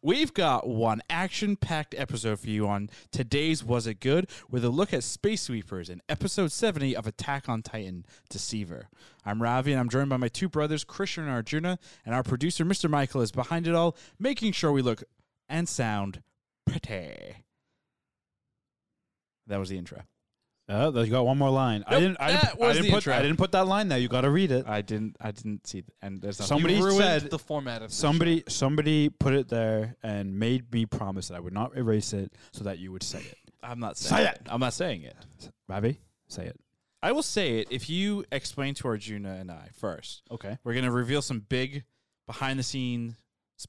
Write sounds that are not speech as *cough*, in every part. We've got one action packed episode for you on today's Was It Good with a look at Space Sweepers in episode 70 of Attack on Titan Deceiver. I'm Ravi and I'm joined by my two brothers, Krishna and Arjuna, and our producer, Mr. Michael, is behind it all, making sure we look and sound pretty. That was the intro. Oh, there you got one more line. I Nope, didn't. I, that didn't- I was didn't the put. intro. I didn't put that line there. You got to read it. I didn't. I didn't see. th- and there's nothing. Somebody ruined said. the format of this Somebody. Somebody put it there and made me promise that I would not erase it, so that you would say it. I'm not saying Say it. I'm not saying it. Ravi, say it. I will say it if you explain to Arjuna and I first. Okay. We're gonna reveal some big behind the scenes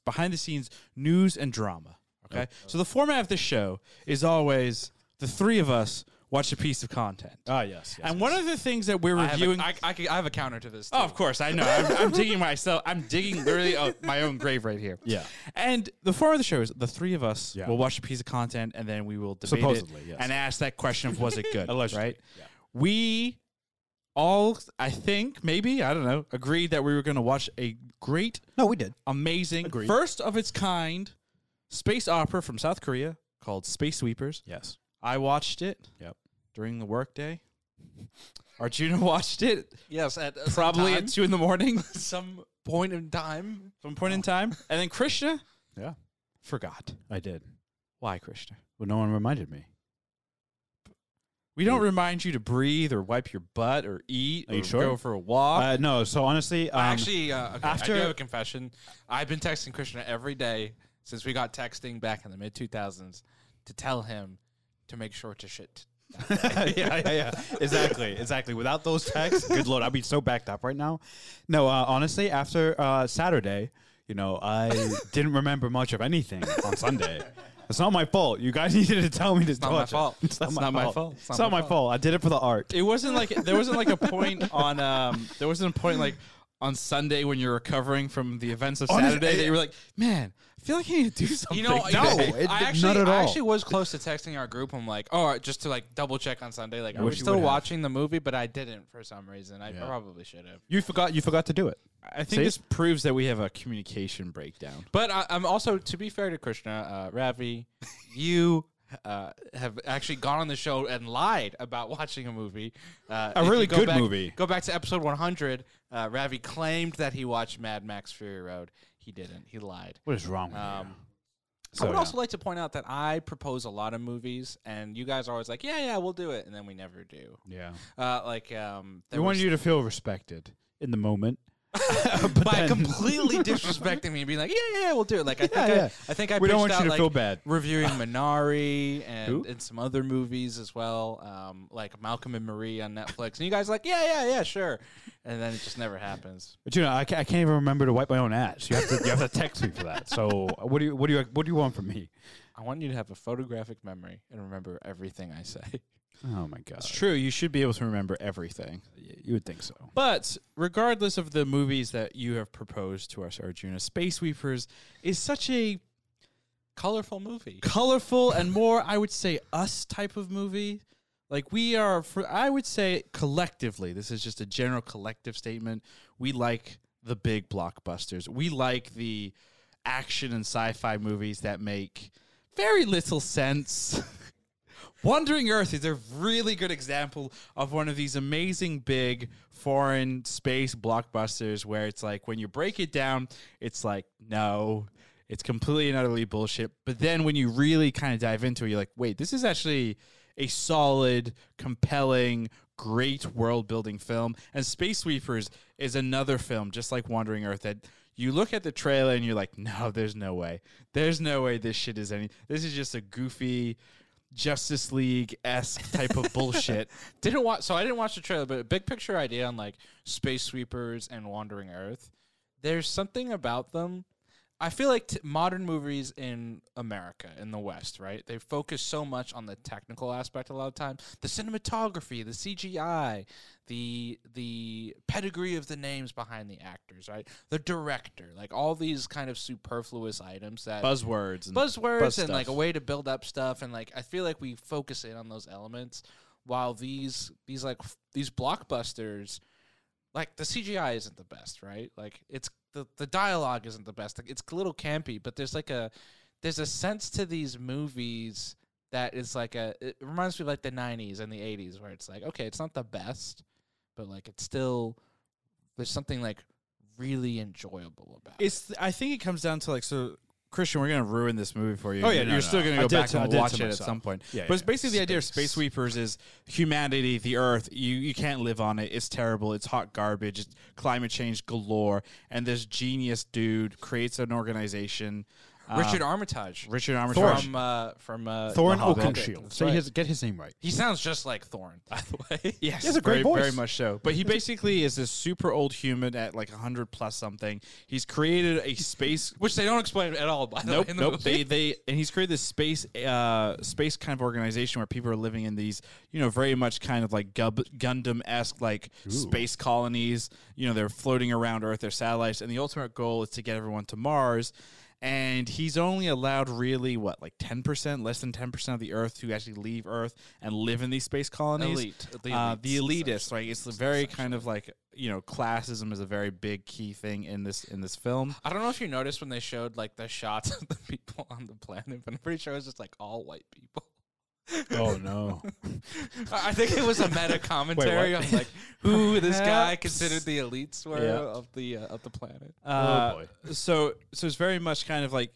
behind the scenes news and drama. Okay. So the format of this show is always the three of us watch a piece of content. Ah, yes. yes. and one of the things that we're show. I have, reviewing a, I, I, could- I have a counter to this. Oh, of course, I know. I'm, I'm digging myself. I'm digging literally uh, my own grave right here. Yeah. And the form of the show is the three of us Yeah. will watch a piece of content and then we will debate Supposedly, it yes. and ask that question of was it good, *laughs* Allegedly, right? yeah. We all, I think, maybe I don't know, agreed that we were going to watch a great, no, we did. amazing, Agreed. first of its kind space opera from South Korea called Space Sweepers. Yes. I watched it Yep. during the workday. Arjuna *laughs* watched it yes, at uh, some probably time, at two in the *laughs* morning. some point in time. some point in time. And then Krishna Yeah. forgot. I did. Why, Krishna? Well, no one reminded me. We don't remind you to breathe or wipe your butt or eat Are or you sure? go for a walk. Uh, no. So honestly, um, I Actually, uh, okay, I after- do have a confession. I've been texting Krishna every day since we got texting back in the mid 2000s to tell him to make sure to shit. *laughs* yeah, yeah, yeah. Exactly, exactly. Without those texts, good lord, I'd be so backed up right now. No, uh, honestly, after uh, Saturday, you know, I didn't remember much of anything on Sunday. It's not my fault. You guys *laughs* needed to tell me to. It's not my fault. It's not, It's my, not my fault. fault. It's not, my fault. I did it for the art. it wasn't like there wasn't like a point on um there wasn't a point like on Sunday when you're recovering from the events of Honest- Saturday that you were like, man, I feel like I need to do something. You know, today." *laughs* you know, it- I not actually, at I all. actually was close to texting our group. I'm like, oh, just to like double check on Sunday. Like, are we wish you still would have. watching the movie? But I didn't for some reason. I Yeah. probably should have. You forgot. You forgot to do it. I think See? this proves that we have a communication breakdown. But I, I'm also, to be fair to Krishna, uh, *laughs* Ravi, you uh, have actually gone on the show and lied about watching a movie. Uh, A if you really go good back- movie. Go back to episode 100. Uh, Ravi claimed that he watched Mad Max Fury Road. He didn't. He lied. What is wrong with Um, So, I would yeah. also like to point out that I propose a lot of movies, and you guys are always like, "Yeah, yeah, we'll do it," and then we never do. you? Yeah, Uh, like, um, we there was- wanted you to feel respected in the moment. by then- *laughs* completely disrespecting me and being like, yeah, yeah, we'll do it. Like, I think yeah. I, I think I We don't pitched want you out, to like, feel bad. Reviewing *laughs* Minari and, Who? and some other movies as well, um, like Malcolm and Marie on Netflix, and you guys are like, yeah, yeah, yeah, sure, and then it just never happens. But you know, I, ca- I can't even remember to wipe my own ass. You have to. You have to text me for that. So what do you? What do you? What do you want from me? I want you to have a photographic memory and remember everything I say. *laughs* Oh my god. It's true, you should be able to remember everything. Y- You would think so. But regardless of the movies that you have proposed to us, Arjuna, Space Weepers is such a Colorful movie. colorful and more, I would say, us type of movie. Like we are, for, I would say, collectively, this is just a general collective statement. We like the big blockbusters. We like the action and sci-fi movies that make very little sense. *laughs* Wandering Earth is a really good example of one of these amazing big foreign space blockbusters where it's like when you break it down, it's like, no, it's completely and utterly bullshit. But then when you really kind of dive into it, you're like, wait, this is actually a solid, compelling, great world building film. And Space Sweepers is another film, just like Wandering Earth, that you look at the trailer and you're like, no, there's no way. There's no way this shit is any. This is just a goofy. Justice League esque type of bullshit. *laughs* *laughs* Didn't watch, so I didn't watch the trailer, but a big picture idea on like space sweepers and wandering Earth. There's something about them. I feel like t- modern movies in America, in the West, right? They focus so much on the technical aspect a lot of time, the cinematography, the CGI, the the pedigree of the names behind the actors, right? The director, like all these kind of superfluous items that Buzzwords. And buzzwords buzz and like a stuff. way to build up stuff and like I feel like we focus in on those elements while these these like f- these blockbusters like the CGI isn't the best, right? Like it's the the dialogue isn't the best. Like, it's a little campy, but there's like a there's a sense to these movies that is like a it reminds me of like the 90s and the 80s where it's like okay, it's not the best, but like it's still there's something like really enjoyable about. it. It's. I think it comes down to like so. Christian, we're gonna ruin this movie for you. Oh, yeah, you're no, no, still no. gonna I go did back to- I and did to watch it at myself. some point. Yeah, but yeah, it's basically the idea of space Space. sweepers is humanity, the Earth. You you can't live on it. It's terrible. It's hot garbage. It's climate change galore. And this genius dude creates an organization. uh, Richard Armitage. Richard Armitage. from uh, from uh, Thorn The Hobbit. Oakenshield. That's Say right. his, get his name right. He sounds just like Thorn, by the way. *laughs* Yes, has a great very, voice. very much so. But he basically is this super old human at like hundred plus something. He's created a space Which they don't explain at all. *laughs* By the way, Nope, in the nope. movie. They they and he's created this space uh space kind of organization where people are living in these you know very much kind of like Gub- Gundam esque like space colonies. You know they're floating around Earth, they're satellites, and the ultimate goal is to get everyone to Mars. And he's only allowed really what like ten percent, less than ten percent of the Earth who actually leave Earth and live in these space colonies. Elite. The Uh, elites, the elitist, right? It's the very kind of like you know classism is a very big key thing in this in this film. I don't know if you noticed when they showed like the shots *laughs* of the people on the planet, but I'm pretty sure it was just like all white people. *laughs* Oh no. I I think it was a *laughs* meta commentary on like who this guy considered the elites were Yeah. of the uh, of the planet. Uh, boy. So so it's very much kind of like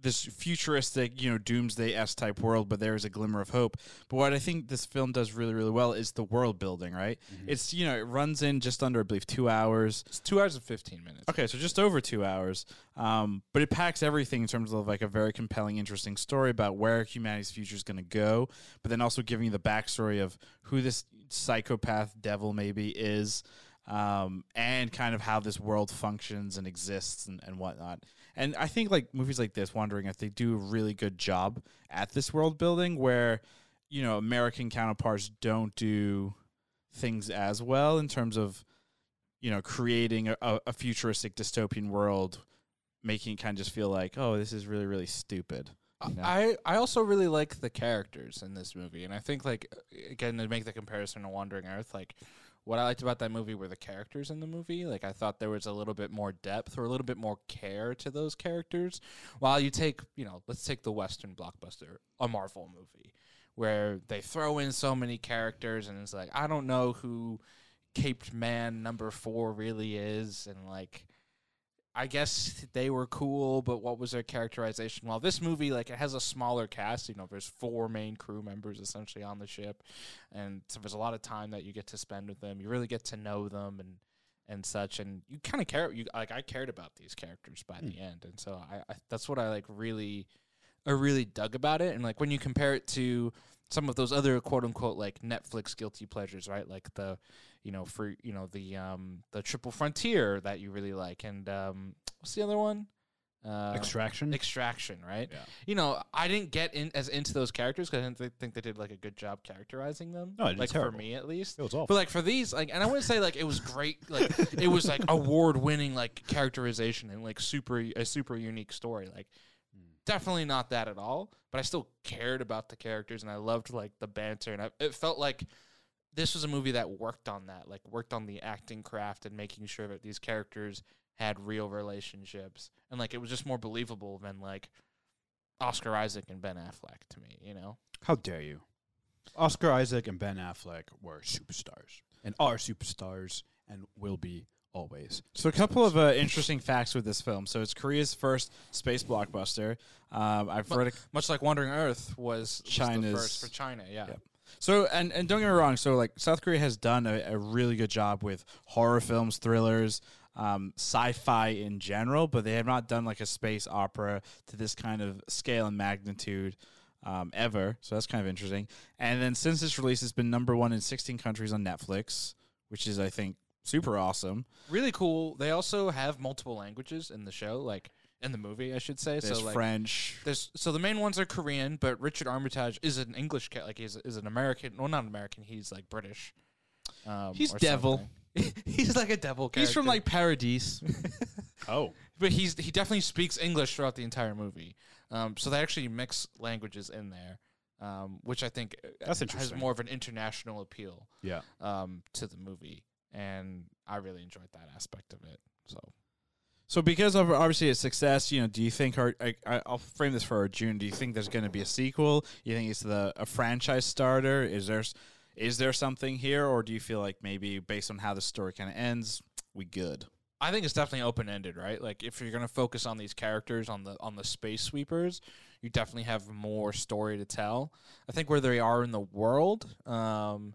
this futuristic, you know, doomsday S type world, but there is a glimmer of hope. But what I think this film does really, really well is the world building, right? It's you know, it runs in just under I believe two hours. It's two hours and fifteen minutes. Okay, so just over two hours. Um, but it packs everything in terms of like a very compelling, interesting story about where humanity's future is going to go, but then also giving you the backstory of who this psychopath devil maybe is, um, and kind of how this world functions and exists and, and whatnot. And I think like movies like this, Wandering Earth, they do a really good job at this world building where, you know, American counterparts don't do things as well in terms of you know, creating a, a, a futuristic dystopian world, making it kind of just feel like, oh, this is really, really stupid. you know? I, I also really like the characters in this movie, and I think like again to make the comparison to Wandering Earth, like what I liked about that movie were the characters in the movie. Like I thought there was a little bit more depth or a little bit more care to those characters. While you take you know, let's take the Western blockbuster, a Marvel movie, where they throw in so many characters, and it's like I don't know who caped man number four really is, and like I guess they were cool, but what was their characterization? Well, this movie, like, it has a smaller cast. You know, there's four main crew members essentially on the ship, and so there's a lot of time that you get to spend with them. You really get to know them and and such, and you kind of care. You like, I cared about these characters by the end, and so I, I that's what I like really, I really dug about it. And like when you compare it to some of those other quote unquote like Netflix guilty pleasures, right? Like the you know, for you know the um the Triple Frontier that you really like, and um what's the other one? Uh, *laughs* Extraction. Extraction, right? Yeah. You know, I didn't get in as into those characters because I didn't th- think they did like a good job characterizing them. No, they did like terrible. for me at least. It was awful. But like for these, like, and I wouldn't say like it was great. Like it was like award-winning like characterization and like super a super unique story. Like definitely not that at all. But I still cared about the characters and I loved like the banter and I, it felt like this was a movie that worked on that, like worked on the acting craft and making sure that these characters had real relationships and like it was just more believable than like Oscar Isaac and Ben Affleck to me. You know. How dare you? Oscar Isaac and Ben Affleck were superstars and are superstars and will be always. So a couple of uh, interesting facts with this film. So it's Korea's first space blockbuster. Um, I've read. A, much like Wandering Earth was was the China's- first for China. Yeah, Yep. so and and don't get me wrong. So like South Korea has done a, a really good job with horror films, thrillers, um, sci-fi in general, but they have not done like a space opera to this kind of scale and magnitude. Um, ever, so that's kind of interesting. And then since its release, it's been number one in 16 countries on Netflix, which is, I think, super awesome. really cool. They also have multiple languages in the show, like in the movie, I should say. There's so like, French, there's so the main ones are Korean, but Richard Armitage is an English cat, like he's is an American. Well, not American. He's like British. Um, He's or devil. something. *laughs* he's like a devil. Character. He's from like Paradise. Oh. but he's he definitely speaks English throughout the entire movie. Um, so they actually mix languages in there, um, which I think uh, That's has interesting. more of an international appeal. Yeah. um, to the movie, and I really enjoyed that aspect of it. So So because of obviously a success, you know, do you think our I, I- I'll frame this for our June? Do you think there's going to be a sequel? You think it's the a franchise starter? Is there s- is there something here, or do you feel like maybe based on how the story kind of ends, we good? I think it's definitely open ended, right? Like if you're gonna focus on these characters on the on the space sweepers, you definitely have more story to tell. I think where they are in the world, um,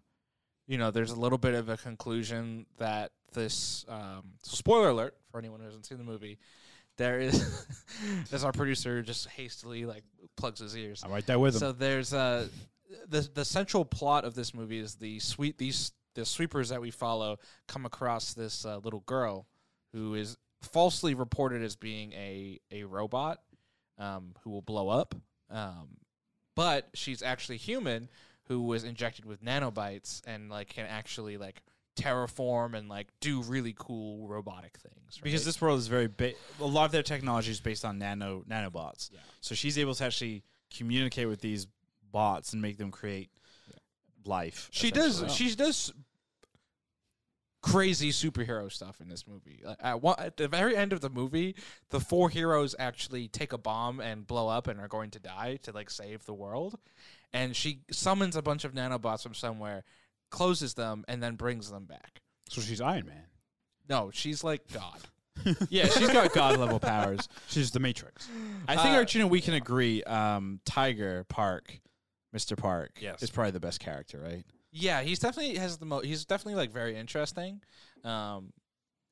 you know, there's a little bit of a conclusion that this um, so spoiler alert for anyone who hasn't seen the movie. There is, *laughs* as our producer just hastily like plugs his ears. I'm right there with him. So there's uh, the the central plot of this movie is the sweet these the sweepers that we follow come across this uh, little girl who is falsely reported as being a a robot um, who will blow up, um, but she's actually human who was injected with nanobites and like can actually like terraform and like do really cool robotic things. Because right? this world is very ba- a lot of their technology is based on nano nanobots. Yeah. So she's able to actually communicate with these bots and make them create life. She does. essentially. She does crazy superhero stuff in this movie. Like, At, one, at the very end of the movie, the four heroes actually take a bomb and blow up and are going to die to like save the world. And she summons a bunch of nanobots from somewhere, closes them, and then brings them back. so she's Iron Man. No, she's like God. yeah, she's *laughs* got god level powers. She's the Matrix. I think Uh, Arjuna, we can agree. Um, Tiger Park, Mr. Park, Yes. is probably the best character, right? Yeah, he's definitely has the most. He's definitely like very interesting, um,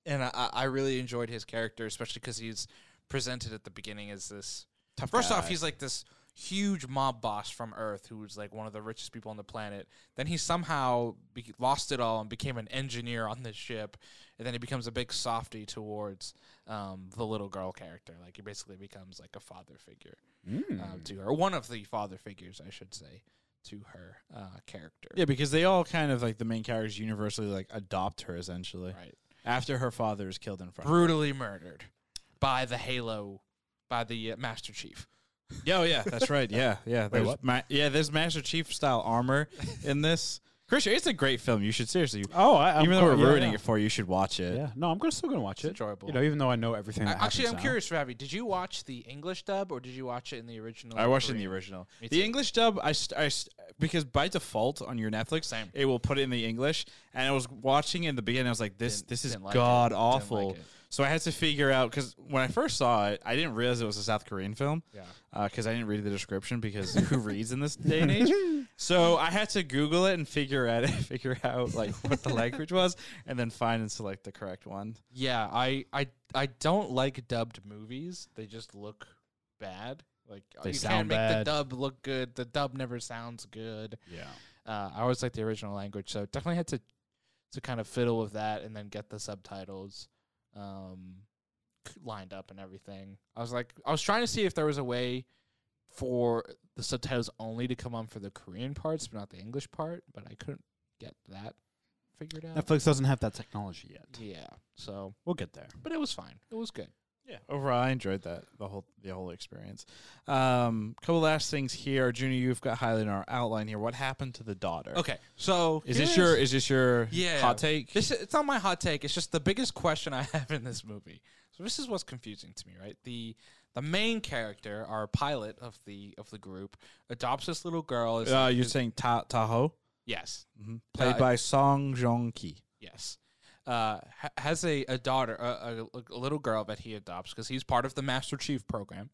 and I- I, I really enjoyed his character, especially because he's presented at the beginning as this. Tough First guy. off, he's like this huge mob boss from Earth who's like one of the richest people on the planet. Then he somehow be- lost it all and became an engineer on this ship, and then he becomes a big softy towards um, the little girl character. Like he basically becomes like a father figure Mm. uh, to her, one of the father figures, I should say, to her uh, character. Yeah, because they all kind of like the main characters universally like adopt her essentially Right. after her father is killed in front. brutally murdered by the Halo, by the uh, Master Chief. Yeah, *laughs* oh yeah, that's right. Yeah, yeah. There's what? Ma- yeah, there's Master Chief style armor in *laughs* this. Christian, it's a great film. You should seriously, Oh, I, I'm even though we're yeah, ruining yeah. it for you, you should watch it. Yeah, no, I'm gonna still gonna watch it. enjoyable. You know, even though I know everything. That A- Actually, I'm happens now. curious, Ravi. Did you watch the English dub or did you watch it in the original? I watched it in the Korean? original. Me The too. English dub, I, st- I st- because by default on your Netflix, Same. it will put it in the English. And I was watching in the beginning, I was like, this Didn't- this is didn't like it. god Didn't like awful. it. so I had to figure out because when I first saw it, I didn't realize it was a South Korean film. Yeah. Because I didn't read the description *laughs* because who reads in this day and age? So I had to Google it *laughs* and figure out figure out like what the *laughs* language was, and then find and select the correct one. Yeah, I, I, I don't like dubbed movies. They just look bad. Like They you sound can't make bad. the dub look good. The dub never sounds good. *laughs* Yeah. Uh, I always like the original language, so definitely had to to kind of fiddle with that and then get the subtitles um, c- lined up and everything. I was like, I was trying to see if there was a way for the subtitles only to come on for the Korean parts, but not the English part. But I couldn't get that figured out. Netflix doesn't have that technology yet. Yeah. So, We'll get there. but it was fine. It was good. Yeah, overall, I enjoyed that the whole the whole experience. Um, couple last things here, Junior. You've got highlighted in our outline here. What happened to the daughter? Okay. So is here this your is this your Yeah. hot take? This it's not my hot take. It's just the biggest question I *laughs* have in this movie. So this is what's confusing to me, right? The the main character, our pilot of the of the group, adopts this little girl. As, uh, you're saying ta- Tahoe, yes, played Uh, by Song Joong Ki. yes. Uh, ha- has a, a daughter, a, a, a little girl that he adopts because he's part of the Master Chief program.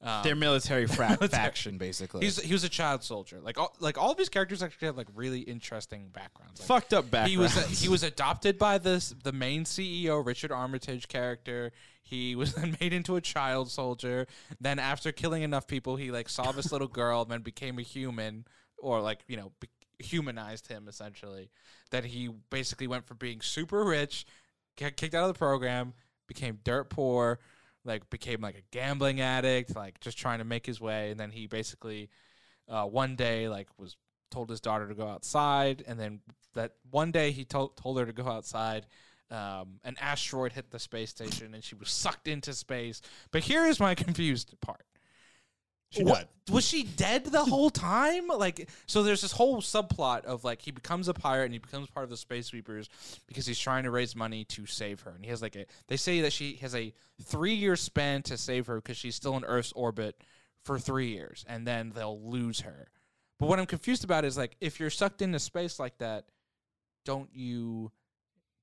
Um, Their military *laughs* frat faction, basically. he's he was a child soldier. Like all like all of his characters actually have like really interesting backgrounds. Like, fucked up background. he was he was adopted by this the main CEO Richard Armitage character. He was *laughs* then made into a child soldier. Then after killing enough people, he like saw this little girl, then became a human, or like you know be- humanized him essentially. That he basically went from being super rich, got kicked out of the program, became dirt poor, like became like a gambling addict, like just trying to make his way. And then he basically uh, one day like was told his daughter to go outside and then that one day he told told her to go outside um, an asteroid hit the *laughs* space station and she was sucked into space but here is my confused part She What- died. was she dead the whole time? Like, so there's this whole subplot of like he becomes a pirate and he becomes part of the Space Sweepers because he's trying to raise money to save her. And he has like a they say that she has a three year span to save her because she's still in Earth's orbit for three years, and then they'll lose her. But what I'm confused about is like if you're sucked into space like that, don't you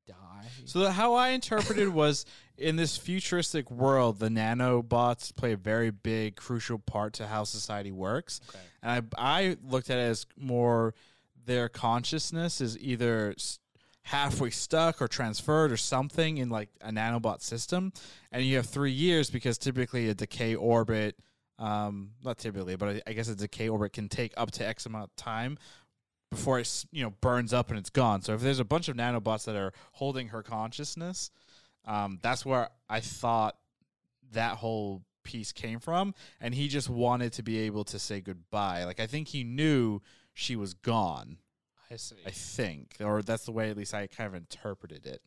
die? So the- how I interpreted was in this futuristic world, the nanobots play a very big, crucial part to how society works. Okay. And I, I looked at it as more their consciousness is either s- halfway stuck or transferred or something in like a nanobot system. And you have three years because typically a decay orbit, um, not typically, but I, I guess a decay orbit can take up to X amount of time before it s- you know burns up and it's gone. So if there's a bunch of nanobots that are holding her consciousness, um, that's where I thought that whole piece came from. And he just wanted to be able to say goodbye. Like I think he knew she was gone. I see. I think, or that's the way at least I kind of interpreted it.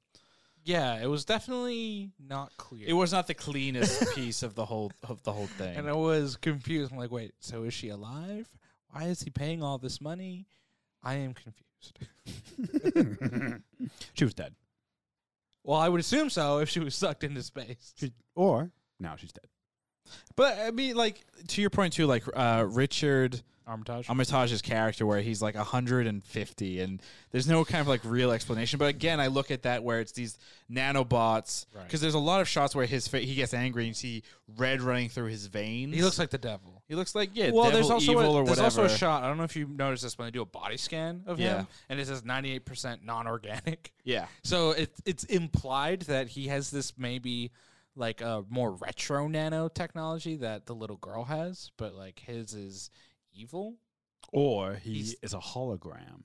yeah, it was definitely not clear. It was not the cleanest *laughs* piece of the whole of the whole thing. And I was confused. I'm like, wait, so is she alive? Why is he paying all this money? I am confused. *laughs* *laughs* she was dead. Well, I would assume so if she was sucked into space. She, or now she's dead. but I mean, like to your point too, like uh, Richard. Armitage. Armitage's character where he's like 150 and there's no kind of like real explanation. But again, I look at that where it's these nanobots because Right. there's a lot of shots where his fa- he gets angry and you see red running through his veins. he looks like the devil. he looks like yeah. Well, there's devil, also evil a, or there's whatever. also a shot. I don't know if you noticed this when they do a body scan of Yeah. him, and it says 98% non-organic. *laughs* yeah, So it it's implied that he has this maybe like a more retro nanotechnology that the little girl has, but like his is evil. Or he He's- is a hologram.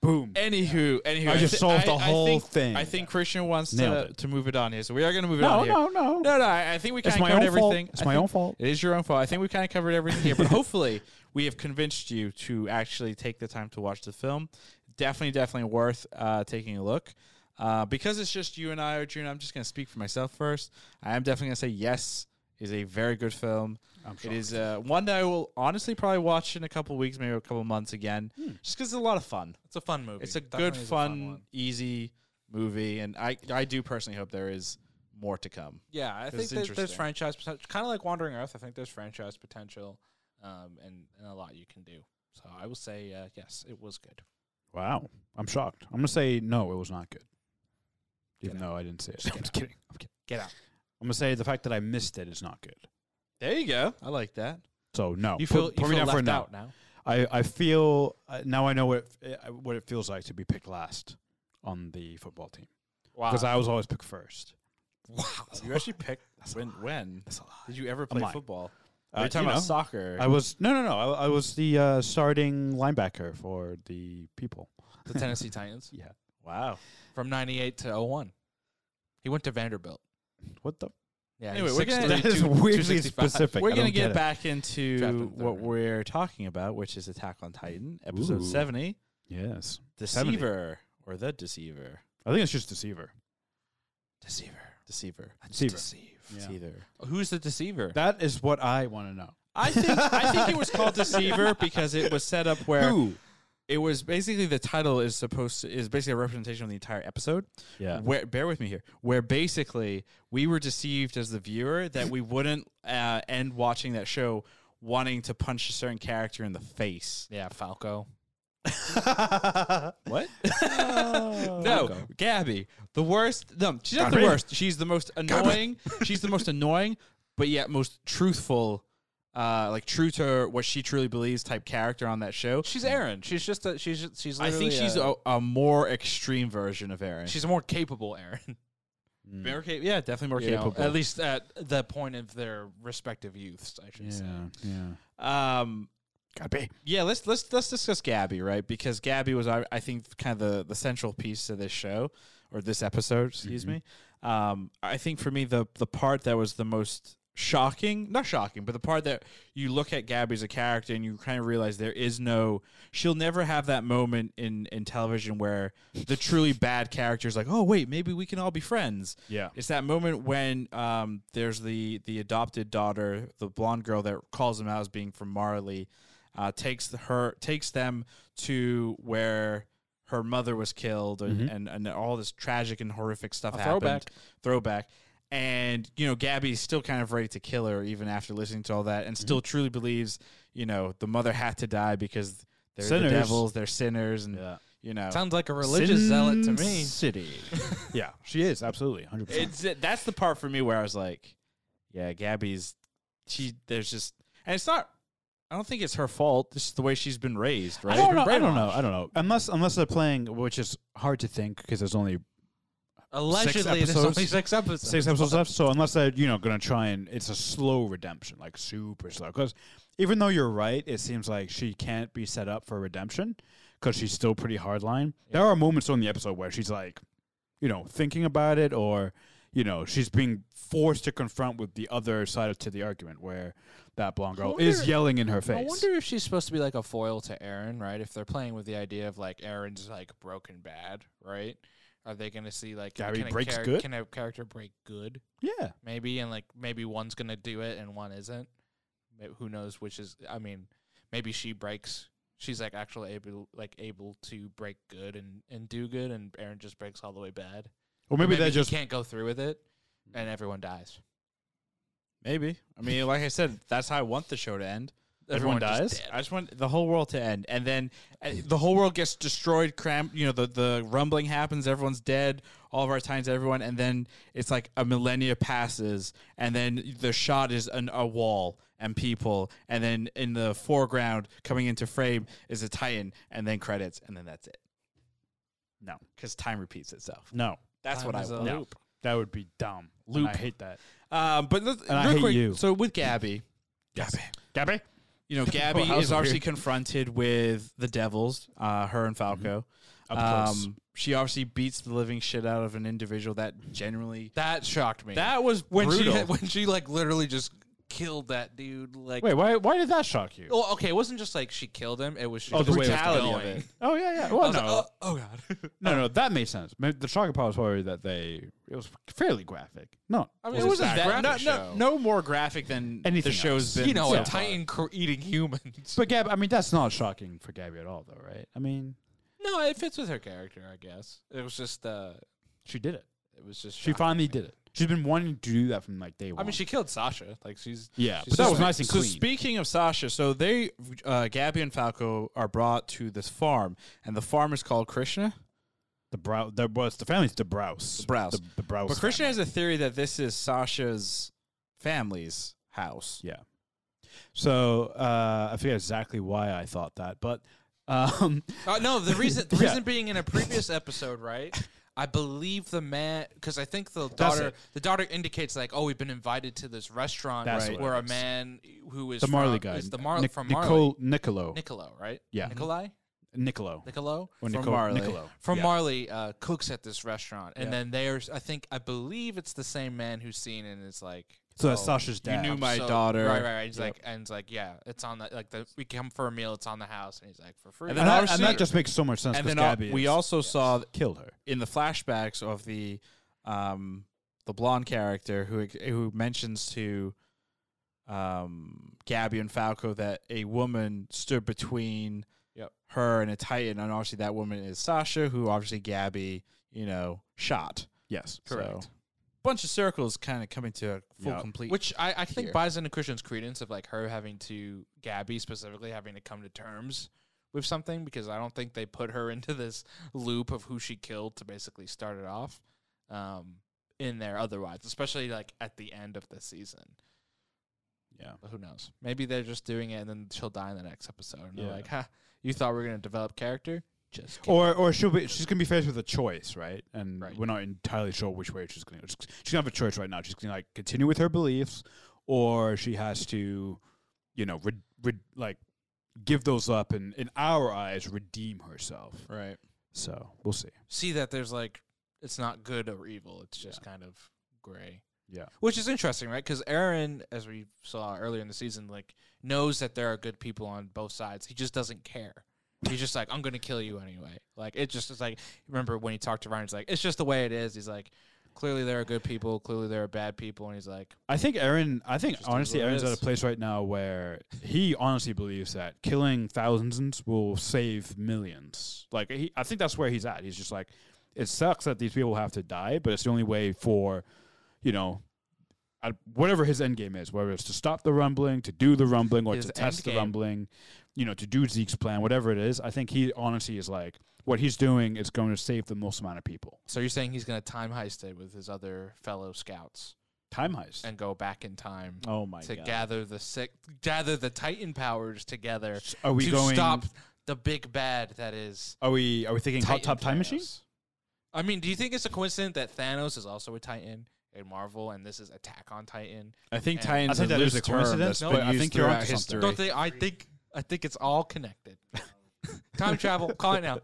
Boom. Anywho, anywho, I just solved the whole think- thing. I think Christian wants Nailed to, it. to move it on here, so we are going to move it no, on here. no, no, no, no. I I think we It's kind of my covered own fault. everything. It's I my think- own fault. It is your own fault. I think we kind of covered everything here, but hopefully *laughs* we have convinced you to actually take the time to watch the film. Definitely, definitely worth uh, taking a look. Uh, because it's just you and I, Arjun, I'm just going to speak for myself first. I am definitely going to say yes is a very good film. I'm It is uh, one that I will honestly probably watch in a couple weeks, maybe a couple months again, Hmm. just because it's a lot of fun. It's a fun movie. It's a Definitely good, is a fun, one. easy movie, and I, I do personally hope there is more to come. Yeah, I think it's that there's interesting. franchise potential. Kind of like Wandering Earth, I think there's franchise potential, um, and and a lot you can do. So I will say uh, yes, it was good. Wow. I'm shocked. I'm going to say no, it was not good. Even Get though I didn't see it. *laughs* I'm just kidding. I'm kidding. Get out. I'm going to say the fact that I missed it is not good. There you go. I like that. So no. Oh, You Put- feel, put you me feel down left for a no. out now. I, I feel uh, now I know what it, uh, what it feels like to be picked last on the football team Wow. because I was always picked first. wow. *laughs* You actually *laughs* picked when? When That's a lot. did you ever play lying. football? Uh, We're talking you about know, soccer. I was no no no. I, I was the uh, starting linebacker for the people. The Tennessee Titans Yeah. wow. from 98 to 01. He went to Vanderbilt. What the? Yeah. Anyway, he's we're gonna- 6'3", That is two- weirdly 265. specific. We're I gonna don't get, get it. back into Drafted what third. we're talking about, which is Attack on Titan, episode Ooh. seventy, Yes. 70. Deceiver or the Deceiver, I think it's just deceiver. Deceiver. Deceiver, Let's Deceiver. deceive. Yeah. Deceiver. Who's the deceiver? That is what I want to know. I think I think it was called Deceiver because it was *laughs* set up where *laughs* Who? it was basically the title is supposed to is basically a representation of the entire episode. Yeah. Where bear with me here, where basically we were deceived as the viewer that we wouldn't uh, end watching that show wanting to punch a certain character in the face. yeah, Falco. *laughs* What? Oh no, Gabby, the worst. No, she's not the Gabby. worst. She's the most annoying. she's the most annoying, but yet most truthful. Uh, like true to her, what she truly believes type character on that show. She's Aaron. She's just a, she's she's. I think literally she's a, a more extreme version of Aaron. she's a more capable Aaron. *laughs* More ca- yeah, definitely more you know, capable. at least at the point of their respective youths, I should Yeah. say. Yeah. Um, Gotta be. yeah, let's let's let's discuss Gabby, right? Because Gabby was, I, I think, kind of the, the central piece to this show or this episode. Excuse me. Um, I think for me, the the part that was the most shocking, not shocking, but the part that you look at Gabby as a character and you kind of realize there is no, she'll never have that moment in in television where the truly bad character is like, oh wait, maybe we can all be friends. Yeah. It's that moment when um, there's the the adopted daughter, the blonde girl that calls him out as being from Marley, uh, takes the, her takes them to where her mother was killed and, Mm-hmm. and, and all this tragic and horrific stuff happened. throwback. Throwback. And you know, Gabby's still kind of ready to kill her even after listening to all that, and Mm-hmm. still truly believes you know the mother had to die because they're Sinners. the devils, they're sinners, and Yeah. you know. Sounds like a religious zealot Sin to me. City. *laughs* yeah, she is absolutely 100%. it's that's the part for me where I was like, yeah, Gabby's she there's just and it's not I don't think it's her fault. This is the way she's been raised, right? I don't know. I don't know. I don't know. Unless unless they're playing, which is hard to think because there's only Allegedly, there's episodes. only six episodes. six episodes left. So unless they're you know gonna try and it's a slow redemption, like super slow. Because even though you're right, it seems like she can't be set up for redemption because she's still pretty hardline. There are moments on the episode where she's like, you know, thinking about it or. You know, she's being forced to confront with the other side of, to the argument, where that blonde girl is wonder- yelling in her face. I wonder if she's supposed to be like a foil to Aaron, right? If they're playing with the idea of like Aaron's like broken bad, right? Are they going to see like Gabby can breaks a charac- good? Can a character break good? yeah, Maybe and like maybe one's going to do it and one isn't. May- Who knows which is? I mean, maybe she breaks. She's like actually able like able to break good and and do good, and Aaron just breaks all the way bad. or Or maybe, they're he just can't go through with it, and everyone dies. Maybe. I mean, like I said, that's how I want the show to end. Everyone just dies? dead. I just want the whole world to end, and then uh, the whole world gets destroyed. Cramp, you know, the the rumbling happens. Everyone's dead. All of our times, everyone, and then it's like a millennia passes, and then the shot is an, a wall and people, and then in the foreground, coming into frame, is a titan, and then credits, and then that's it. No. because time repeats itself. no. That's Time what I is a want. loop. That would be dumb. Loop. And I hate that. Um, but let's, And I real hate quick, you. so with Gabby. Gabby. Gabby. you know, Gabby that was is obviously weird. confronted with the Devils, uh, her and Falco. Mm-hmm. Up close. Um, she obviously beats the living shit out of an individual that generally. That shocked me. That was when brutal. she *laughs* when she like literally just killed that dude. Like, Wait, why, why did that shock you? well, okay, it wasn't just like she killed him. It was she Oh, oh, the the way it was brutality going. of it. Oh, yeah, yeah. I Well, *laughs* was no. like, oh, oh god. *laughs* no, no, that made sense. Maybe the shock power was probably that they, it was fairly graphic. No. I mean, It it was a wasn't that, no, graphic no, show. no more graphic than Anything the show's else. been. you know, Yeah. a titan cr- eating humans. *laughs* But Gab, I mean, that's not shocking for Gabby at all, though, right? I mean, no, it fits with her character, I guess. It was just, uh, she did it. it was just. She shocking. finally did it. She's been wanting to do that from like day one. I mean, she killed Sasha. Like she's. yeah, she's but that just was like- nice and so clean. speaking of Sasha, so they, uh, Gabby and Falco are brought to this farm, and the farm is called Krishna. the brow, the was the family's the Browse, The Browse. the, the Browse. But Krishna family. has a theory that this is Sasha's family's house. Yeah. So uh, I forget exactly why I thought that, but um, Uh, no, *laughs* the reason the Yeah. reason being in a previous episode, right? I believe the man because I think the That's daughter it. the daughter indicates like, oh, we've been invited to this restaurant That's Right. what where it a is. man who is the Marley from, guy, is the Mar- Nic- from Marley, Nicole, Niccolo, Niccolo, right? Yeah. Nicolai, Niccolo, Nicolo or From Nicol- Marley. Niccolo. from Yeah. Marley uh, cooks at this restaurant, and Yeah. then there's I think I believe it's the same man who's seen and it's like. So that's oh, Sasha's You dad. knew I'm my so- daughter. Right, right, right. He's Yep. like, and it's like, yeah, it's on the like the we come for a meal. It's on the house, and he's like, for free. And then and, that, obviously- and that just makes so much sense. and 'cause then al- Gabby we is- also saw killed her. in the flashbacks of the um the blonde character who who mentions to um Gabby and Falco that a woman stood between Yep. her and a Titan, and obviously that woman is Sasha, who obviously Gabby, you know, shot. Yes, So, bunch of circles kind of coming to a full Yep. complete. Which I, I think here. buys into Christian's credence of like her having to Gabby specifically having to come to terms with something because I don't think they put her *laughs* into this loop of who she killed to basically start it off um, in there otherwise, especially like at the end of the season. yeah. But who knows? Maybe they're just doing it and then she'll die in the next episode. And Yeah. they're like, ha, you thought we were going to develop character? Just kidding. Or or she'll be she's gonna be faced with a choice, right? And Right. we're not entirely sure which way she's gonna. go. She's, she's gonna have a choice right now. She's gonna like continue with her beliefs, or she has to, you know, re- re- like give those up and in our eyes redeem herself. right. So we'll see. see that there's like, it's not good or evil. It's just kind of gray. Yeah. Which is interesting, right? Because Aaron, as we saw earlier in the season, like knows that there are good people on both sides. He just doesn't care. He's just like, I'm gonna kill you anyway. Like it just is like remember when he talked to Ryan, he's like, It's just the way it is. He's like, Clearly there are good people, clearly there are bad people, and he's like, I think Aaron. I think Just is honestly, what it Aaron's at a is. place right now where he honestly believes that killing thousands will save millions. Like he, I think that's where he's at. He's just like, it sucks that these people have to die, but it's the only way for, you know, I- whatever his end game is, whether it's to stop the rumbling, to do the rumbling, or His to test the endgame. rumbling, you know, to do Zeke's plan, whatever it is. I think he honestly is like, what he's doing is going to save the most amount of people. So you're saying he's gonna time heist it with his other fellow scouts Time heist. and go back in time oh my to god. gather the sick gather the Titan powers together Are we to going? stop the big bad that is Are we? Are we thinking hot Titan top time Thanos. machine? I mean, do you think it's a coincidence that Thanos is also a Titan in Marvel, and this is Attack on Titan? I think And- Titan's I think a that is loose a term coincidence, that's but been I used think you're throughout onto something. history. Don't they? I think I think it's all connected. *laughs* Time travel. Call it now.